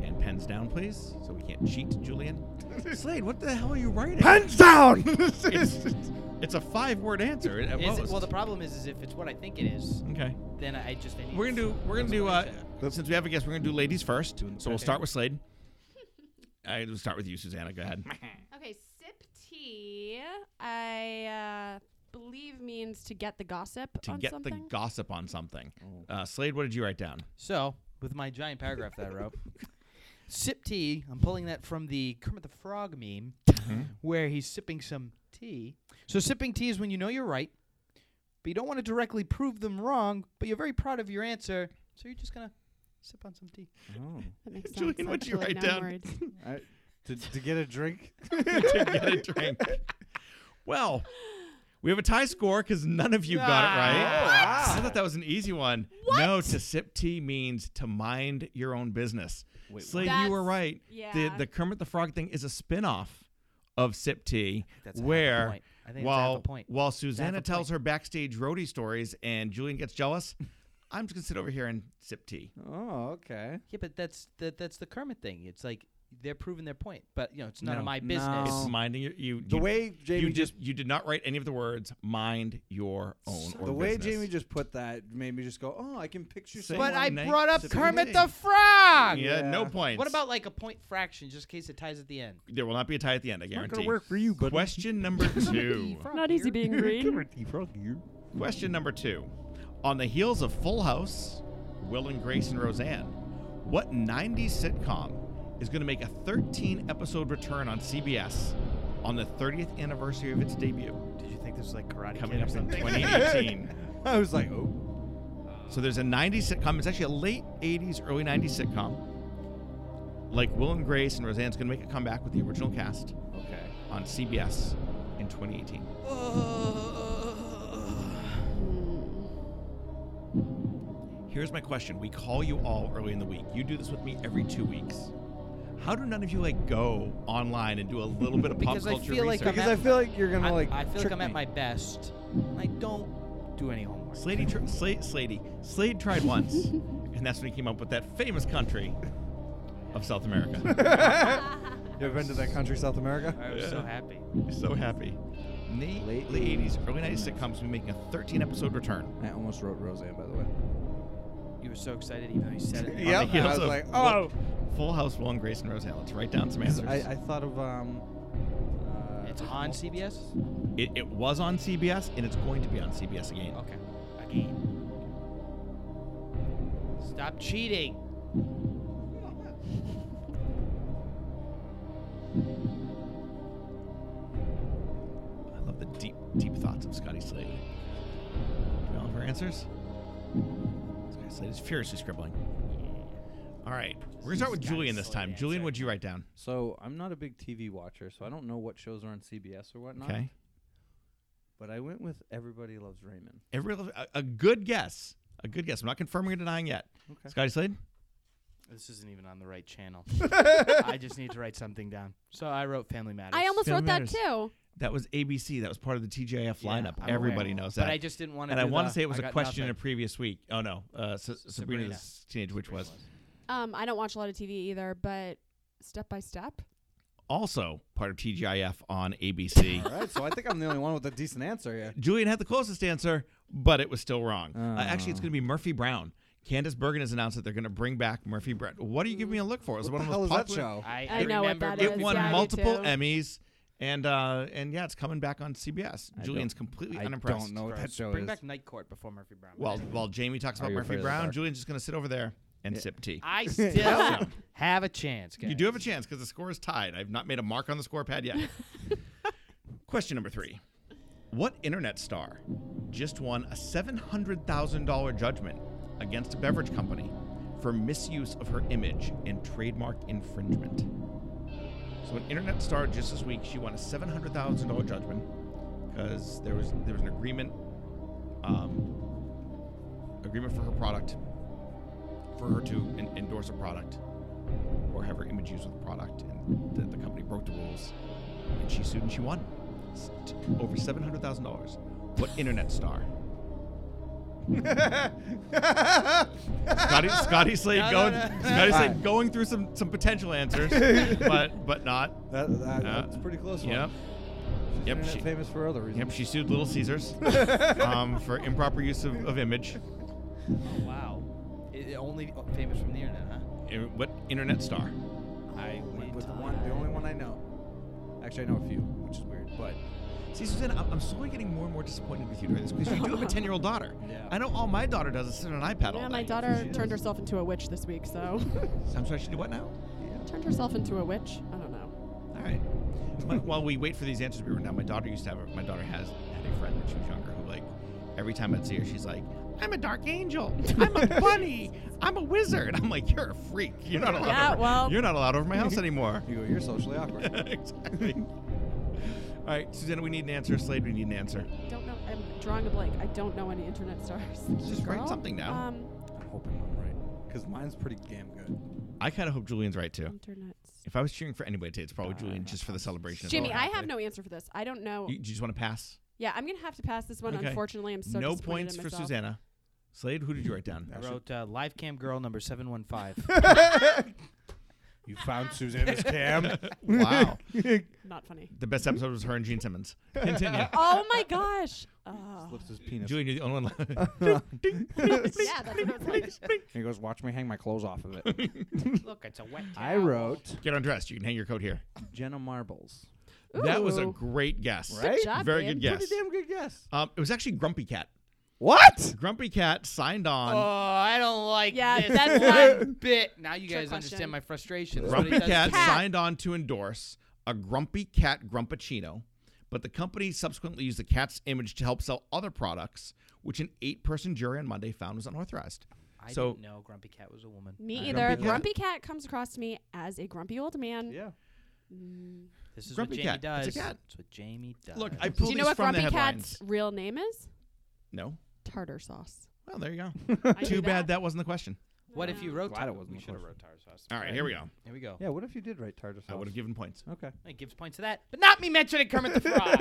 S3: And pens down, please, so we can't cheat, Julian. Slade, what the hell are you writing?
S10: Pens down!
S3: It's, it's a five-word answer. At
S2: Is
S3: most.
S2: it, well, the problem is, is if it's what I think it is,
S3: okay.
S2: then I I just I need
S3: We're gonna do. We're gonna do. Uh, since we have a guest, we're gonna do ladies first. So we'll start with Slade. I will start with you, Susanna. Go ahead.
S5: Okay, sip tea. I uh, believe means to get the gossip
S3: to
S5: on
S3: get
S5: something.
S3: the gossip on something. Uh, Slade, what did you write down?
S2: So, with my giant paragraph that I wrote, sip tea. I'm pulling that from the Kermit the Frog meme, where he's sipping some tea. So, sipping tea is when you know you're right, but you don't want to directly prove them wrong, but you're very proud of your answer, so you're just gonna sip on some tea.
S4: Oh.
S5: that makes sense.
S3: Julian, what'd you
S5: actually.
S3: write
S5: Now I'm
S3: down?
S5: worried.
S10: I, to, to get a drink?
S3: to get a drink. Well, we have a tie score because none of you
S5: Ah.
S3: got it right. I thought that was an easy one. No, to sip tea means to mind your own business. Slade, you were
S5: That's-
S3: right. The,
S5: yeah.
S3: the Kermit the Frog thing is a spin-off of Sip Tea,
S2: that's half a
S3: where
S2: point. I think it's half a
S3: while
S2: point.
S3: while
S2: It's half
S3: Susanna
S2: a
S3: tells
S2: point.
S3: her backstage roadie stories and Julian gets jealous, I'm just gonna sit over here and sip tea.
S4: Oh, okay.
S2: Yeah, but that's that, that's the Kermit thing. It's like they're proving their point, but you know it's none
S3: No.
S2: of my
S4: No.
S2: business.
S4: Oh.
S3: It's minding your, you.
S4: The
S3: you-
S4: way Jamie
S3: you
S4: just
S3: just you did not write any of the words mind your own. or
S4: the way
S3: business.
S4: Jamie just put that made me just go, oh, I can picture.
S3: Say
S2: But
S3: one
S2: I
S3: night
S2: brought up
S3: sip
S2: Kermit
S3: tea.
S2: the Frog.
S3: Yeah, no
S4: Yeah.
S3: points.
S2: What about like a point fraction, just in case it ties at the end?
S3: there will not be a tie at the end? I guarantee.
S4: for you, but
S3: Question number two.
S5: Not easy being green.
S3: Question number two. On the heels of Full House, Will and Grace and Roseanne, what '90s sitcom is going to make a 13-episode return on CBS on the 30th anniversary of its debut,
S2: Did you think this was like karate
S3: coming up in 2018?
S4: I was like, oh,
S3: So there's a 90s sitcom. It's actually a late 80s, early 90s sitcom like Will and Grace and Roseanne's going to make a comeback with the original cast
S4: Okay.
S3: on CBS in 2018.
S5: Mm.
S3: Here's my question. We call you all early in the week. You do this with me every two weeks. How do none of you like go online and do a little bit of pop
S2: Because I
S3: culture
S2: feel like
S3: research?
S2: I'm
S10: Because
S2: at-
S10: I feel like you're gonna
S2: I,
S10: like.
S2: I feel like
S10: trick
S2: I'm at
S10: me.
S2: my best. I don't do any homework.
S3: Slady, tr- Slade, Slady, Slade tried once, and that's when he came up with that famous country of South America.
S10: You ever been to that country, South America?
S2: I was so happy.
S3: so happy. In the
S4: Late
S3: late 80s, early 90s sitcoms, we making a 13 episode return.
S4: I almost wrote Roseanne, by the way.
S2: You were so excited, even though you said it.
S10: Yep,
S3: On the heels
S10: I was
S3: of
S10: like,
S3: Will-
S10: oh.
S3: Full House, Will and Grace and Roseanne. Let's write down some answers.
S4: I, I thought of um. Uh,
S2: It's on CBS.
S3: it, it was on CBS, and it's going to be on CBS again.
S2: Okay. Again. Stop cheating.
S3: I love the deep, deep thoughts of Scotty Slade. Do you all have our answers? Scotty Slade is furiously scribbling. All right. We're going to start with
S2: Scotty
S3: Julian this
S2: Slade
S3: time.
S2: answer.
S3: Julian, what'd you write down?
S4: So I'm not a big TV watcher, so I don't know what shows are on CBS or whatnot.
S3: Okay.
S4: But I went with Everybody Loves Raymond.
S3: Every, a, a good guess. A good guess. I'm not confirming or denying yet.
S4: Okay.
S3: Scotty Slade?
S2: This isn't even on the right channel. I just need to write something down. So I wrote Family Matters.
S5: I almost
S3: Family
S5: wrote that
S3: Matters.
S5: too.
S3: That was ABC. That was part of the TJF
S2: Yeah,
S3: lineup.
S2: I'm
S3: Everybody
S2: aware.
S3: knows that.
S2: But I just didn't want to.
S3: and I
S2: want
S3: want to say it was
S2: a
S3: a question in a previous week. Oh, no. Uh, S- Sabrina's
S2: Sabrina.
S3: Teenage Witch was.
S5: Um, I don't watch a lot of TV either, but Step by Step.
S3: Also part of TGIF on ABC.
S10: All right, so I think I'm the only one with a decent answer here.
S3: Julian had the closest answer, but it was still wrong. Uh, actually, it's
S4: Oh.
S3: going to be Murphy Brown. Candace Bergen has announced that they're going to bring back Murphy Brown. What are you giving me a look for? It was
S10: What the
S3: one
S10: hell
S3: of
S10: is
S3: the most
S10: that
S3: popular.
S10: show?
S2: I,
S5: I know what
S2: remember
S5: that
S2: it
S5: is.
S3: It won
S5: Yeah, I do
S3: multiple
S5: too.
S3: Emmys, and uh, and yeah, it's coming back on CBS.
S4: I
S3: Julian's
S4: don't-
S3: completely
S4: I
S3: unimpressed.
S4: don't know what that
S2: Gross.
S4: show
S2: Bring
S4: is.
S2: back Night Court before Murphy Brown.
S3: While while Jamie talks about
S4: you
S3: Murphy
S4: afraid of the
S3: Brown,
S4: dark?
S3: Julian's just going to sit over there and sip tea.
S2: I still
S3: Yeah.
S2: have a chance. Guys.
S3: You do have a chance because the score is tied. I've not made a mark on the score pad yet. Question number three What internet star just won a $700,000 judgment against a beverage company for misuse of her image and trademark infringement? So, an internet star just this week, she won a $700,000 judgment because there was, there was an agreement. Um, agreement for her product for her to en- endorse a product or have her image used with the product, and the, the company broke the rules, and she sued and she won S- t- over seven hundred thousand dollars. What internet star? Scotty, Scotty Slade
S2: No, no,
S3: going,
S2: no.
S3: Scotty Slade
S10: Alright.
S3: going through some some potential answers, but but not.
S10: That, that,
S3: Uh,
S10: that's a pretty close. one.
S3: Yep,
S10: She's
S3: yep,
S10: internet
S3: she-
S10: famous for other reasons.
S3: yep. She sued Little Caesars um, for improper use of, of image.
S2: Wow. It, it only uh, famous from the internet, huh?
S3: Eh, What internet star?
S10: I went with the one, the only one I know.
S4: Actually, I know a few, which is weird, but
S3: See, Susanna, I'm, I'm slowly getting more and more disappointed with you during this because you do have a 10 year old daughter.
S4: Yeah.
S3: I know all my daughter does is sit on an iPad all
S5: Yeah,
S3: day.
S5: my daughter turned herself into a witch this week, so
S3: I'm sorry, she did what now?
S5: turned herself into a witch. I don't know.
S3: All right. My- While we wait for these answers to be written down, my daughter used to have. A, my daughter has had a friend when she was younger who, like, every time I'd see her, she's like, "I'm a dark angel. I'm a bunny. I'm a wizard." I'm like, "You're a freak. You're not allowed.
S5: Yeah,
S3: over,
S5: well-
S3: you're not allowed over my house anymore."
S10: You go, you're socially awkward.
S3: exactly. All right, Susanna, we need an answer. Slade, we need an answer.
S5: Don't know. I'm drawing a blank. I don't know any internet stars.
S3: Just write
S5: Girl.
S3: something down.
S5: Um,
S10: I'm hoping I'm right, because mine's pretty damn good.
S3: I kind of hope Julian's right too.
S5: internet.
S3: If I was cheering for anybody today, it's probably Julian just for the celebration. of
S5: Jimmy,
S3: all
S5: I
S3: happening.
S5: have no answer for this. I don't know.
S3: You, you just want to pass?
S5: yeah, I'm gonna have to pass this one.
S3: Okay.
S5: Unfortunately, I'm so
S3: no
S5: disappointed in
S3: points for
S5: myself.
S3: Susanna. Slade, who did you write down?
S2: I wrote uh, Live Cam Girl number 715.
S10: You found Susanna's cam.
S3: wow.
S5: Not funny.
S3: The best episode was her and Gene Simmons. Continue.
S5: Oh my gosh. Oh.
S10: Flips his penis.
S3: Julian, you're the only one. left.
S5: yeah, that's what it was like.
S4: he goes, "Watch me hang my clothes off of it."
S2: Look, it's a wet
S4: I
S2: towel.
S4: wrote
S3: Get undressed. You can hang your coat here.
S4: Jenna Marbles.
S3: That was a
S5: Ooh.
S3: great guess.
S4: Right?
S5: Good job,
S3: Very
S5: babe.
S3: good guess.
S4: Pretty damn good guess.
S3: Um, it was actually Grumpy Cat.
S4: What?
S3: Grumpy Cat signed on.
S2: Oh, I don't like
S5: Yeah,
S2: this
S5: that's
S2: one bit. Now you
S5: Trick
S2: guys
S5: question.
S2: understand my frustration. That's what
S3: Grumpy
S2: it
S3: Cat
S2: does to me.
S3: signed on to endorse a Grumpy Cat Grumpachino, but the company subsequently used the cat's image to help sell other products, which an eight person jury on Monday found was unauthorized.
S2: I I
S3: So-
S2: didn't know Grumpy Cat was a woman.
S5: Me
S2: I-
S5: either.
S10: Grumpy Cat.
S5: Grumpy Cat comes across to me as a grumpy old man.
S10: Yeah.
S5: Mm.
S2: This is
S3: Grumpy
S2: what Jamie
S3: Cat.
S2: does.
S3: It's a cat.
S2: It's what Jamie does.
S3: Look, I
S5: Do
S3: pulled
S5: you know
S3: these
S5: what
S3: from the
S5: Grumpy
S3: headlines.
S5: Cat's real name is?
S3: No.
S5: Tartar sauce.
S3: Well, there you go.
S5: I knew
S3: Too bad that wasn't the question.
S2: What if you wrote?
S4: Glad
S2: tar-
S4: it wasn't
S2: We
S4: the
S2: should have
S4: question.
S2: wrote Tartar Sauce.
S3: All right, here we go.
S2: Here we go.
S4: Yeah, what if you did write tartar sauce?
S3: I would have given points.
S4: Okay.
S2: It gives points to that, but not me mentioning Kermit the Frog.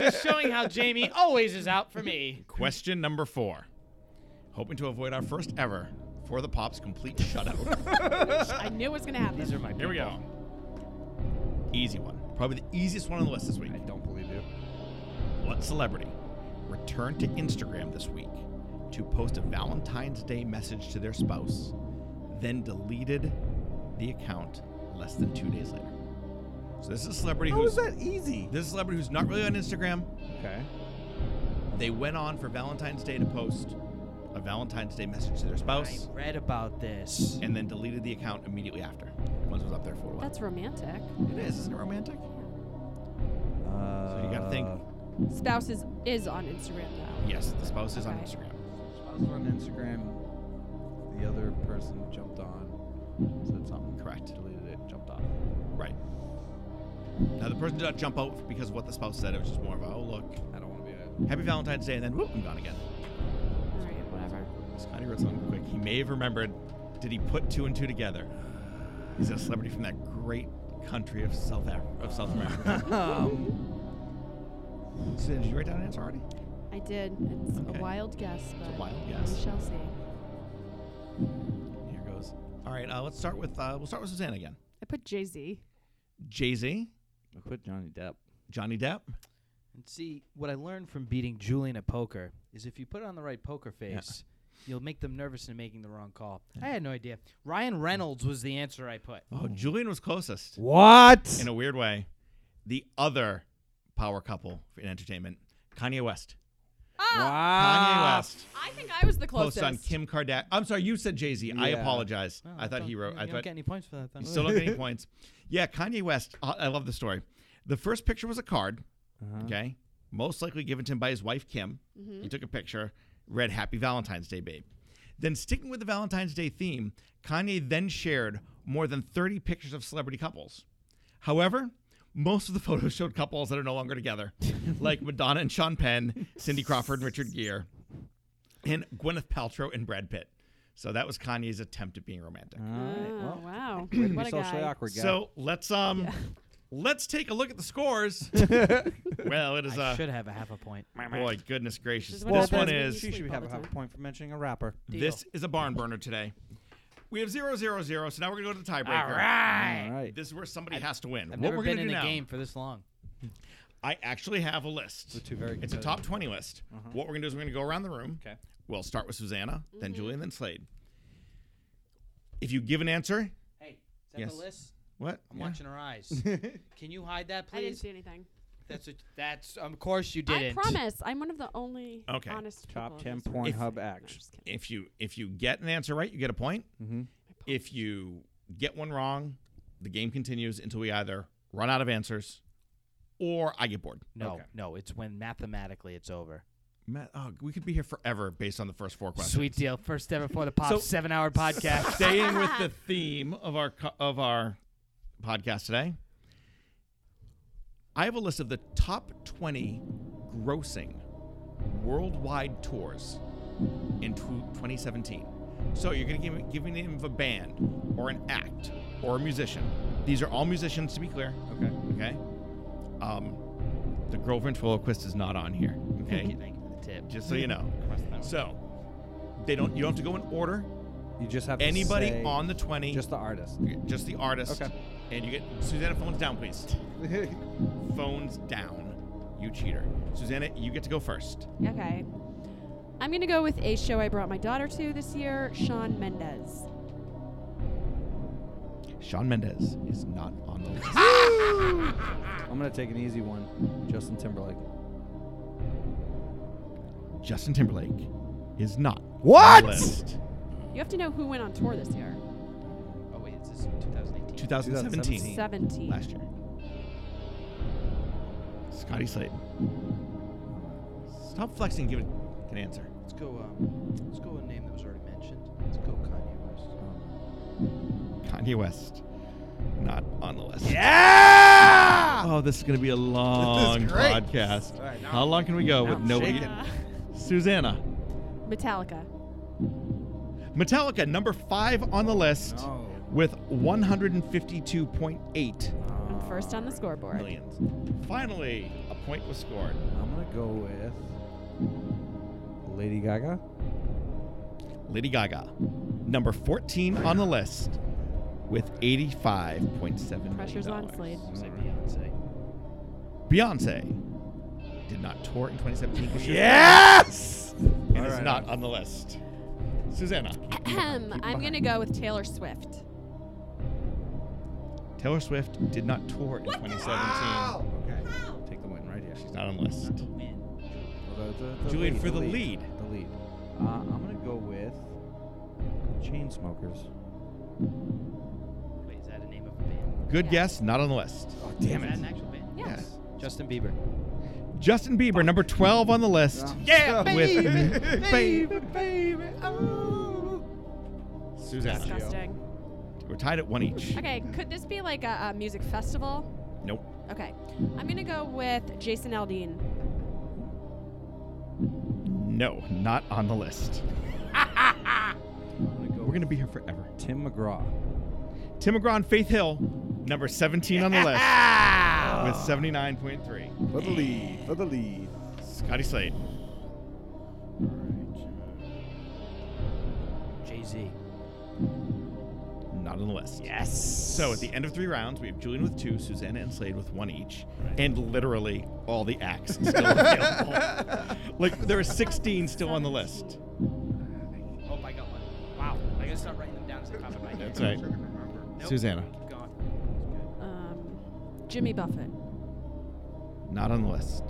S2: Just showing how Jamie always is out for me.
S3: Question number four. Hoping to avoid our first ever for the pops complete shutout.
S5: I knew it was gonna happen.
S2: These are my.
S3: Here we go. Easy one. Probably the easiest one on the list this week.
S4: I don't believe you.
S3: What celebrity returned to Instagram this week to post a Valentine's Day message to their spouse, then deleted the account less than two days later? So this is a celebrity
S4: How
S3: who's
S4: is that easy?
S3: this is a celebrity who's not really on Instagram.
S4: Okay.
S3: They went on for Valentine's Day to post a Valentine's Day message to their
S2: I
S3: spouse,
S2: read about this.
S3: and then deleted the account immediately after. Once it was up there for a while.
S5: That's romantic.
S3: it is. Isn't it romantic?
S4: Uh,
S3: So you gotta think.
S5: Spouse is, is on Instagram now.
S3: Yes, the spouse is on
S5: Okay.
S3: Instagram.
S4: I was on Instagram. The other person jumped on, said something.
S3: Correct.
S4: Deleted it. Jumped off.
S3: Right. Now the person did not jump out because of what the spouse said. It was just more of a oh look,
S4: I don't want to be a.
S3: happy Valentine's Day, and then whoop, I'm gone again.
S5: All right, whatever.
S3: Scotty wrote something quick. He may have remembered. Did he put two and two together? He's a celebrity from that great country of South Af- of South America.
S4: Um,
S3: so did you write down an answer already?
S5: I did. It's
S3: Okay.
S5: a wild guess, but
S3: a wild
S5: we
S3: guess.
S5: shall see.
S3: Here goes. All right, uh, let's start with uh, we'll start with Suzanne again.
S5: I put Jay Z.
S3: Jay Z,
S4: I put Johnny Depp.
S3: Johnny Depp.
S2: And see, what I learned from beating Julian at poker is if you put on the right poker face, you'll make them nervous into making the wrong call. I had no idea. Ryan Reynolds was the answer I put.
S3: Oh, Julian was closest
S4: What?
S3: in a weird way. The other power couple in entertainment, Kanye West.
S5: Ah,
S3: Kanye West.
S5: I think I was the closest.
S3: Posts on Kim Kardashian. I'm sorry, you said Jay Z. I
S4: Yeah.
S3: apologize.
S2: Oh,
S3: I thought he
S2: don't-
S3: wrote.
S2: You
S3: I
S2: don't
S3: thought
S2: get any points for that. Then.
S3: you still don't get any points. Yeah, Kanye West. uh, I I love the story. The first picture was a card. Okay, most likely given to him by his wife Kim. He took a picture, read "Happy Valentine's Day, babe." Then, sticking with the Valentine's Day theme, Kanye then shared more than 30 pictures of celebrity couples. However, most of the photos showed couples that are no longer together, like Madonna and Sean Penn, Cindy Crawford and Richard Gere, and Gwyneth Paltrow and Brad Pitt. So that was Kanye's attempt at being romantic.
S4: All
S5: Oh,
S4: right. Well,
S5: wow.
S4: way to be
S5: what a
S4: socially
S5: guy.
S4: awkward, guy.
S3: So let's um, let's take a look at the scores. well, it is
S2: I
S3: uh,
S2: should have a half a point.
S3: boy, goodness gracious,
S5: Just
S3: this
S5: that
S3: one
S5: we
S3: is
S5: use
S4: She
S5: sleep
S4: should
S5: all
S4: have
S5: the
S4: a half a
S5: time.
S4: point for mentioning a rapper.
S3: this is a barn burner today. We have zero zero zero, so now we're gonna go to the tiebreaker.
S4: All right.
S3: This is where somebody has to win.
S2: I've
S3: what
S2: never
S3: we're
S2: been
S3: gonna
S2: in
S3: do
S2: a
S3: now?
S2: game for this long.
S3: I actually have a list.
S4: two very
S3: It's a top twenty list.
S2: Uh-huh.
S3: What we're gonna do is we're gonna go around the room.
S4: Okay.
S3: We'll start with Susanna, then Julian, then Slade. If you give an answer,
S2: Hey, is that
S3: Yes.
S2: the list?
S3: what?
S2: I'm
S3: Yeah.
S2: watching her eyes. Can you hide that,
S5: I didn't
S2: please?
S5: see anything.
S2: That's a, that's of course you didn't.
S5: I promise. I'm one of the only
S3: Okay.
S5: honest
S4: Top
S5: people.
S4: 10
S5: in this room.
S4: Pornhub
S5: No, I'm
S4: acts.
S5: just kidding.
S3: If you if you get an answer right, you get a point.
S4: Mm-hmm.
S3: If you get one wrong, the game continues until we either run out of answers or I get bored.
S2: No, no, it's when mathematically it's over.
S3: Matt, oh, we could be here forever based on the first four questions.
S2: Sweet deal. First ever for the pop
S3: So-
S2: seven hour podcast.
S3: Staying with the theme of our co- of our podcast today, I have a list of the top 20 grossing worldwide tours in tw- 2017. So you're going to give me, give me the name of a band or an act or a musician. These are all musicians, to be clear.
S4: Okay.
S3: Okay. Um, the girl ventriloquist is not on here.
S2: Thank
S3: Okay.
S2: you, thank you for the tip.
S3: Just so you know. So they don't. You don't have to go in order.
S4: You just have to
S3: Anybody
S4: say
S3: on the 20.
S4: Just the artist.
S3: just the artist.
S4: Okay.
S3: And you get Susanna. Phones down, please. phones down. You cheater, Susanna. You get to go first.
S5: Okay. I'm going to go with a show I brought my daughter to this year, Sean Mendez.
S3: Sean Mendez is not on the list.
S4: Ah! I'm gonna take an easy one. Justin Timberlake.
S3: Justin Timberlake is not.
S4: What?
S3: On the list.
S5: You have to know who went on tour this year.
S2: Oh wait, is this 2018?
S3: 2017.
S5: 17.
S3: Last year. Scotty Slade. Stop flexing. Give it an answer.
S2: Let's go. Um, let's go a name that was already mentioned. Let's go Oh.
S3: Kanye West. Not on the list.
S10: Yeah!
S3: Oh, this is going to be a long
S10: great.
S3: podcast.
S10: All right, now
S3: How
S10: I'm-
S3: long can we go
S10: now
S3: with
S10: I'm
S3: nobody?
S10: shaking.
S3: Susanna.
S5: Metallica.
S3: Metallica, number five on the list
S10: Oh.
S4: No.
S3: with 152.8
S4: Uh,
S5: I'm first on the scoreboard.
S3: millions. Finally, a point was scored.
S4: I'm gonna go with Lady Gaga.
S3: Lady Gaga, number 14 on the list with 85.7
S5: Pressure's
S3: million
S5: on,
S3: dollars.
S5: Slade.
S3: Beyonce did not tour in 2017. 'cause she was
S10: Yes!
S3: pregnant and
S4: All
S3: is
S4: right.
S3: not on the list. Susanna,
S5: Ahem. I'm going to go with Taylor Swift.
S3: Taylor Swift did not tour in 2017.
S4: Take the win right here.
S3: She's not on the list.
S4: Well, the- the- the
S3: Julian, for the lead.
S4: The lead. Uh, I'm gonna go with Chainsmokers.
S2: Wait, is that a name of a band?
S3: Good
S5: Yeah.
S3: guess, not on the list.
S4: Oh
S2: is that an actual band?
S5: Yeah.
S3: Yes.
S2: Justin Bieber.
S3: Justin Bieber, number 12 on the list.
S10: Yeah,
S3: With
S10: baby, baby. Oh.
S3: Susanna.
S5: Disgusting.
S3: We're tied at one each.
S5: Okay, could this be like a, a music festival?
S3: Nope.
S5: Okay. I'm going to go with Jason Aldean.
S3: No, not on the list.
S4: I'm gonna go
S3: We're going to be here forever.
S4: with Tim McGraw.
S3: Tim McGraw and Faith Hill, number 17 on the list with 79.3.
S10: For the lead, for the lead.
S3: Scotty Slade.
S2: Jay Z.
S3: Not on the list. Yes. So at the end of three rounds, we have Julian with two, Susanna and Slade with one each, and literally all the acts still available. like there are 16 still on the list.
S2: Hope I got one. Wow. I gotta start writing them down as I pop in my head.
S3: That's right.
S2: Nope.
S3: Susanna.
S2: Keep going.
S5: Um, Jimmy Buffett.
S3: Not on the list.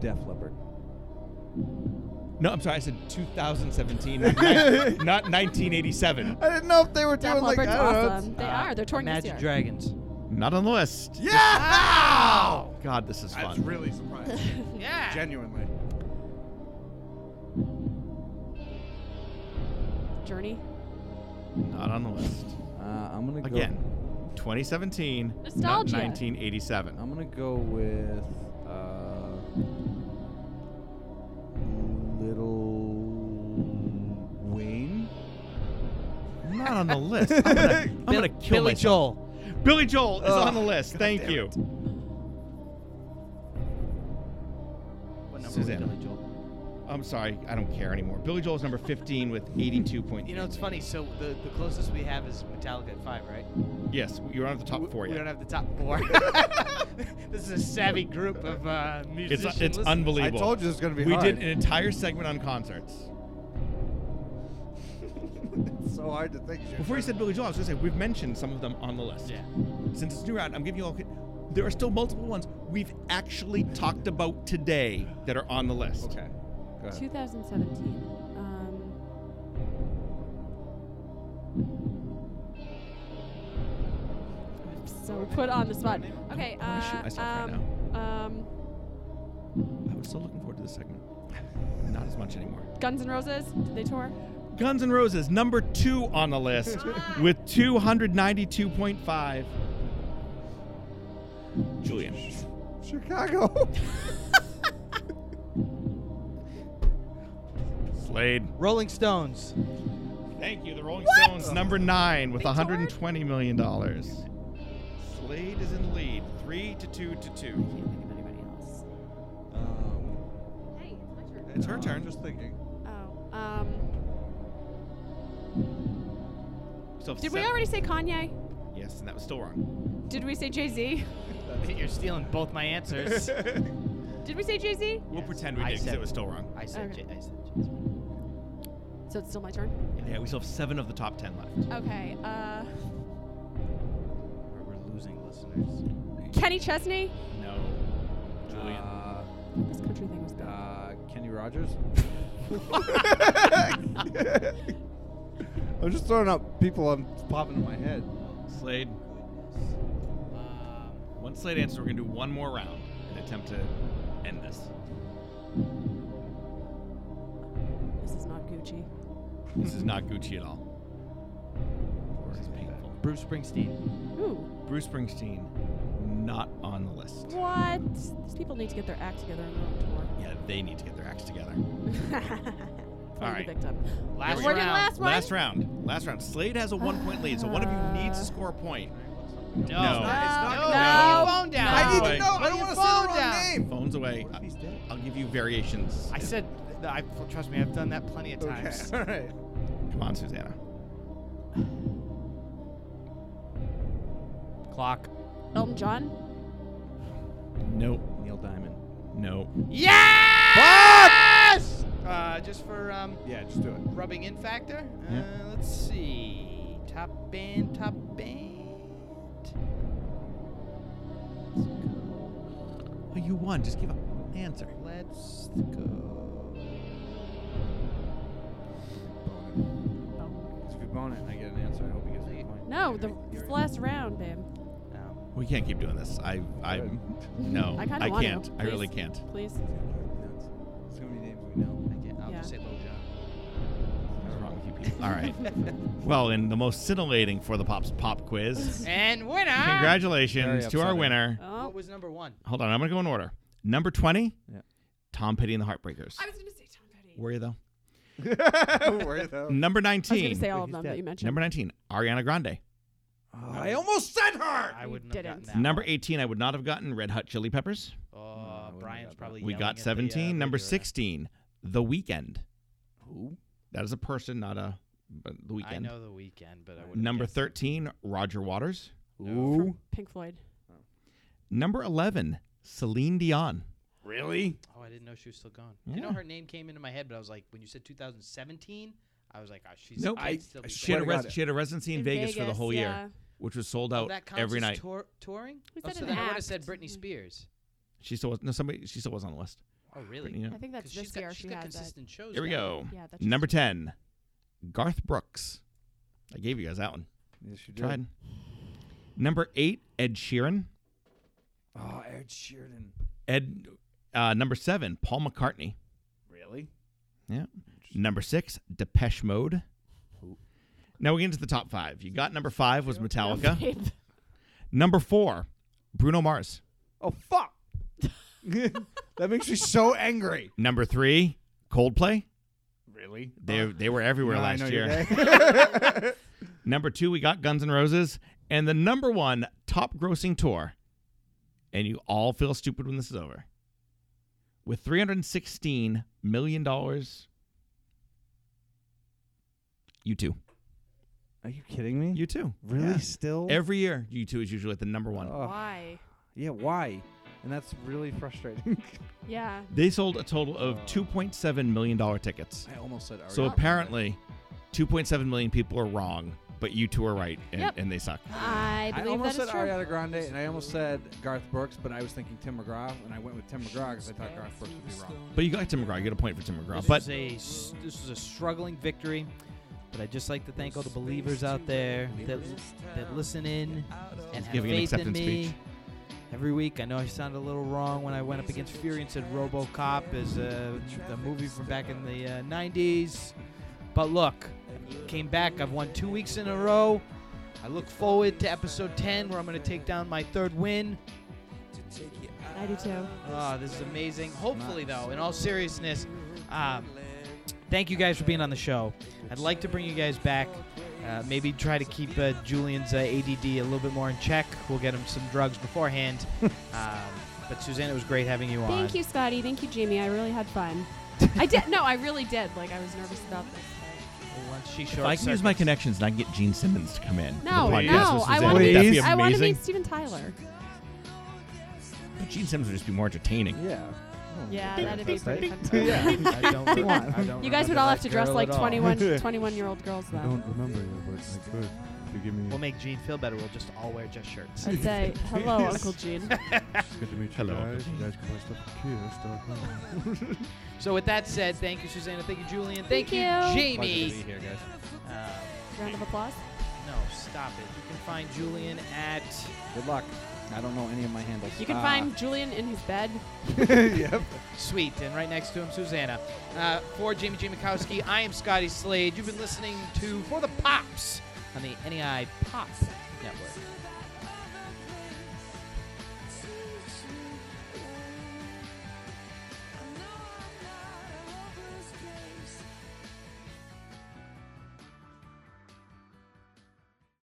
S4: Def Leppard.
S3: No, I'm sorry. I said 2017, not, ni- not 1987.
S10: I didn't know if they were
S5: Def
S10: doing like
S5: Leppard's
S10: I don't know,
S5: awesome. They
S2: Uh,
S5: are. They're touring
S2: Imagine
S5: this year.
S2: Dragons.
S3: Not on the list. Oh,
S10: it's- Yeah!
S3: God, this is fun.
S10: That's really surprising.
S2: Yeah.
S10: Genuinely.
S5: Journey.
S3: Not on the list.
S4: Uh, I'm gonna go.
S3: Again, 2017, not
S5: Nostalgia.
S3: 1987.
S4: I'm gonna go with uh, Little Wayne.
S3: I'm not on the list. I'm gonna, I'm gonna kill
S2: Billy
S3: myself.
S2: Joel.
S3: Billy Joel is
S10: Ugh,
S3: on the list. Thank you.
S2: What number was
S3: Susanna.
S2: Billy Joel?
S3: I'm sorry. I don't care anymore. Billy Joel's number 15 with 82.3.
S2: You know, it's funny. So the, the closest we have is Metallica at five, right?
S3: Yes, you're on the top
S2: W-
S3: four
S2: We
S3: yet.
S2: don't have the top four. this is a savvy group of uh,
S3: it's
S2: musicians.
S3: it's
S2: listeners.
S10: I
S3: unbelievable.
S10: told you this was gonna be
S3: we
S10: hard.
S3: did an entire segment on concerts.
S10: It's so hard to think. shit.
S3: Before you said Billy Joel, I was gonna say we've mentioned some of them on the list.
S2: Yeah.
S3: Since it's new round, I'm giving you all. There are still multiple ones we've actually talked about today that are on the list.
S4: Okay. Go ahead.
S5: 2017. Um, I'm so put on the spot. Okay.
S3: I'm gonna shoot
S5: uh,
S3: myself right
S5: um, um,
S3: I was so looking forward to this segment. Not as much anymore.
S5: Guns N' Roses. Did they tour?
S3: Guns N' Roses, number two on the list with 292.5. Julian.
S10: Chicago.
S3: Slade.
S2: Rolling Stones.
S3: Thank you. The Rolling Stones, number nine with $120 million. Slade is in the lead, three to two to two.
S5: Can't think of anybody else.
S10: um,
S5: Hey, it's my turn.
S3: It's her
S10: no, I'm
S3: turn.
S10: just thinking.
S5: Oh. Um,
S3: So
S5: did we
S3: seven-
S5: already say Kanye?
S3: Yes, and that was still wrong.
S5: Did we say Jay Z?
S2: You're stealing both my answers.
S5: Did we say Jay Z?
S3: We'll
S2: Yes,
S3: pretend we
S2: I
S3: did because
S2: said-
S3: it was still wrong.
S2: I said,
S5: Okay.
S2: J- I said Jay-Z.
S5: So it's still my turn.
S3: Yeah, we still have seven of the top ten left.
S5: Okay. Uh,
S2: We're- We're losing listeners.
S5: Kenny Chesney.
S3: No. Julian.
S4: Uh,
S5: This country thing was bad.
S4: uh, Kenny Rogers.
S10: I'm just throwing up people I'm popping in my head.
S3: Slade.
S2: Um,
S3: Once Slade answers, we're going to do one more round and attempt to end this.
S5: This is not Gucci.
S3: This is not Gucci at all.
S11: Bruce Springsteen.
S5: Ooh,
S3: Bruce Springsteen, not on the list.
S5: what? These people need to get their act together and go on
S3: Yeah, they need to get their acts together.
S5: tour. All
S3: right.
S5: Victim.
S2: Last
S5: We're doing
S2: round.
S5: last one.
S3: Last round. Last round. Slade has a one point lead, so one of you needs to score a point.
S2: No,
S3: No.
S5: No,
S2: no,
S5: no,
S2: Put your phone down.
S5: no. I need to
S3: Wait.
S10: No, I don't want to say the wrong name.
S3: Phones away. Uh, I- I'll give you variations.
S11: I said, that I, trust me, I've done that plenty of
S10: Okay,
S11: times.
S10: all right.
S3: Come on, Susanna.
S11: Clock.
S5: Elton John.
S3: Nope.
S4: Neil Diamond.
S3: Nope.
S2: Yes! Uh, just for um,
S10: Yeah, just do it.
S2: rubbing in factor. Uh, Let's see. Top band, top band.
S3: Well, you won. Just give up. Answer.
S2: Let's go.
S4: If you bone it and I get an answer, I hope he gets a point.
S5: No, the it's the last round, babe.
S2: No.
S3: We can't keep doing this. I, I, no,
S5: I kind
S3: I
S5: of want
S3: can't.
S5: to.
S3: I really
S5: Please.
S3: can't.
S5: Please.
S4: There's too many names we know.
S2: I can't. I'll just say
S5: Yeah.
S2: Lil Jon.
S3: What's wrong with you people? All right. well, in the most scintillating for the pops pop quiz,
S2: And winner.
S10: Very
S3: congratulations to our
S10: upsetting.
S3: winner.
S5: Oh,
S2: What was number one?
S3: Hold on, I'm gonna go in order. Number twenty,
S4: Yeah.
S3: Tom Petty and the Heartbreakers.
S5: I was gonna say Tom Petty.
S3: Were you though?
S10: Don't worry though.
S3: Number
S5: I was gonna
S3: nineteen.
S5: say all of
S11: he's
S5: them
S11: dead.
S5: that you mentioned.
S3: Number nineteen, Ariana Grande.
S10: I almost said her.
S2: I
S5: You
S2: wouldn't have
S5: didn't.
S2: gotten that.
S3: Number
S2: one.
S3: eighteen, I would not have gotten Red Hot Chili Peppers.
S2: Oh, Brian's probably.
S3: We
S2: yelling at
S3: got
S2: the, uh,
S3: seventeen. Number
S2: radio right
S3: sixteen, The Weekend.
S4: Who?
S3: That is a person, not a but The
S2: now. I
S3: Weekend.
S2: know the weekend, but I wouldn't. have
S3: Number
S2: guessed it.
S3: thirteen, Roger Waters.
S5: From Pink Floyd.
S3: Number eleven, Celine Dion.
S10: Really?
S2: Oh, I didn't know she was still gone. You
S3: Yeah.
S2: know her name came into my head, but I was like, when you said 2017, I was like, oh, she's
S3: Nope.
S2: I, still be Oh,
S3: She had, a
S10: Swear to
S3: res-
S10: God.
S3: she had a residency in, Vegas, for the whole year, which was sold
S2: gone.
S3: out
S2: Oh, that counts
S3: every
S2: as
S3: night.
S2: Tour- touring?
S5: We
S2: Oh,
S5: said
S2: so
S5: an
S2: then I would
S5: act.
S2: have said Britney Spears.
S3: She still was no somebody. She still was on the list.
S2: Oh, really?
S3: Brittany, yeah.
S5: I think that's
S2: 'Cause
S5: this
S2: she's got,
S5: year
S2: she's
S5: she
S2: got
S5: has that.
S2: consistent shows.
S3: Here we
S2: now.
S3: go.
S5: Yeah, that's
S3: Number ten, Garth Brooks. I gave you guys that one.
S4: Yes, you did.
S3: Tried. Number eight, Ed Sheeran.
S4: Oh, Ed Sheeran.
S3: Ed. Uh, number seven, Paul McCartney.
S4: Really?
S3: Yeah. Number six, Depeche Mode. Now we get into the top five. You got number five was Metallica.
S5: Babe.
S3: Number four, Bruno Mars.
S10: Oh fuck. that makes me so angry.
S3: Number three, Coldplay.
S10: Really?
S3: They they were everywhere
S10: No, I
S3: last
S10: know
S3: year.
S10: you're gay.
S3: Number two, we got Guns N' Roses, and the number one top grossing tour. And you all feel stupid when this is over. With three hundred sixteen million dollars, you two,
S4: Are you kidding me?
S3: you two,
S4: really still?
S3: Every year, you two is usually at the number one.
S4: Ugh.
S5: Why?
S4: yeah, why? And that's really frustrating.
S5: Yeah.
S3: They sold a total of two point seven million dollar tickets.
S4: I almost said
S3: So apparently, two point seven million people are wrong, but you two are right, and,
S5: Yep.
S3: and they suck.
S5: I
S4: I
S5: believe that
S4: almost
S5: is
S4: said
S5: true.
S4: Ariana Grande, and I almost said Garth Brooks, but I was thinking Tim McGraw, and I went with Tim McGraw because I thought Garth Brooks would be wrong.
S3: But you got Tim McGraw. You get a point for Tim McGraw.
S2: This
S3: But
S2: was a s- this was a struggling victory, but I'd just like to thank all the believers out there that that listen in and have
S3: giving an
S2: faith in
S3: acceptance
S2: me.
S3: speech.
S2: Every week, I know I sounded a little wrong when I went up against Fury and said RoboCop is a, a movie from back in the uh, '90s. But look, I came back. I've won two weeks in a row. I look forward to episode 10, where I'm going to take down my third win.
S5: I do too.
S2: Oh, this is amazing. Hopefully, though, in all seriousness, um, thank you guys for being on the show. I'd like to bring you guys back. Uh, maybe try to keep uh, Julian's uh, ADD a little bit more in check. We'll get him some drugs beforehand. um, but Suzanne, it was great having you on.
S5: Thank you, Scotty. Thank you, Jamie. I really had fun. I did. No, I really did. Like I was nervous about this.
S2: Once she
S3: If I can use my connections and I can get Gene Simmons to come in. to
S5: but- No,
S3: the
S5: no.
S3: podcast with
S5: I
S3: Suzanne,
S5: want to
S3: would that be
S5: meet.
S3: amazing?
S5: I want to meet Steven Tyler.
S3: But Gene Simmons would just be more entertaining.
S4: Yeah.
S5: Yeah, that'd be pretty fun. too.
S10: yeah.
S2: I don't,
S10: Come on. I
S5: You guys would all have to dress like 21, 21 year old girls
S10: I
S5: though.
S10: don't remember you, but I could. If you give me.
S2: We'll make Gene feel better. We'll just all wear just shirts.
S5: I'd say hello, Uncle Gene.
S10: it's good to meet you
S3: Hello.
S10: guys. You guys can buy stuff at Kios.com.
S2: So, with that said, thank you, Susanna. Thank you, Julian. Thank,
S5: Thank you.
S2: Jamie.
S4: here, guys.
S2: Um,
S5: Round of applause.
S2: No, stop it. You can find Julian at.
S4: Good luck. I don't know any of my handles.
S5: You can
S4: Ah.
S5: find Julian in his bed.
S4: yep.
S2: Sweet, and right next to him, Susanna. Uh, for Jamie J. Mikowski, I am Scotty Slade. You've been listening to For the Pops on the NEI Pop E Network.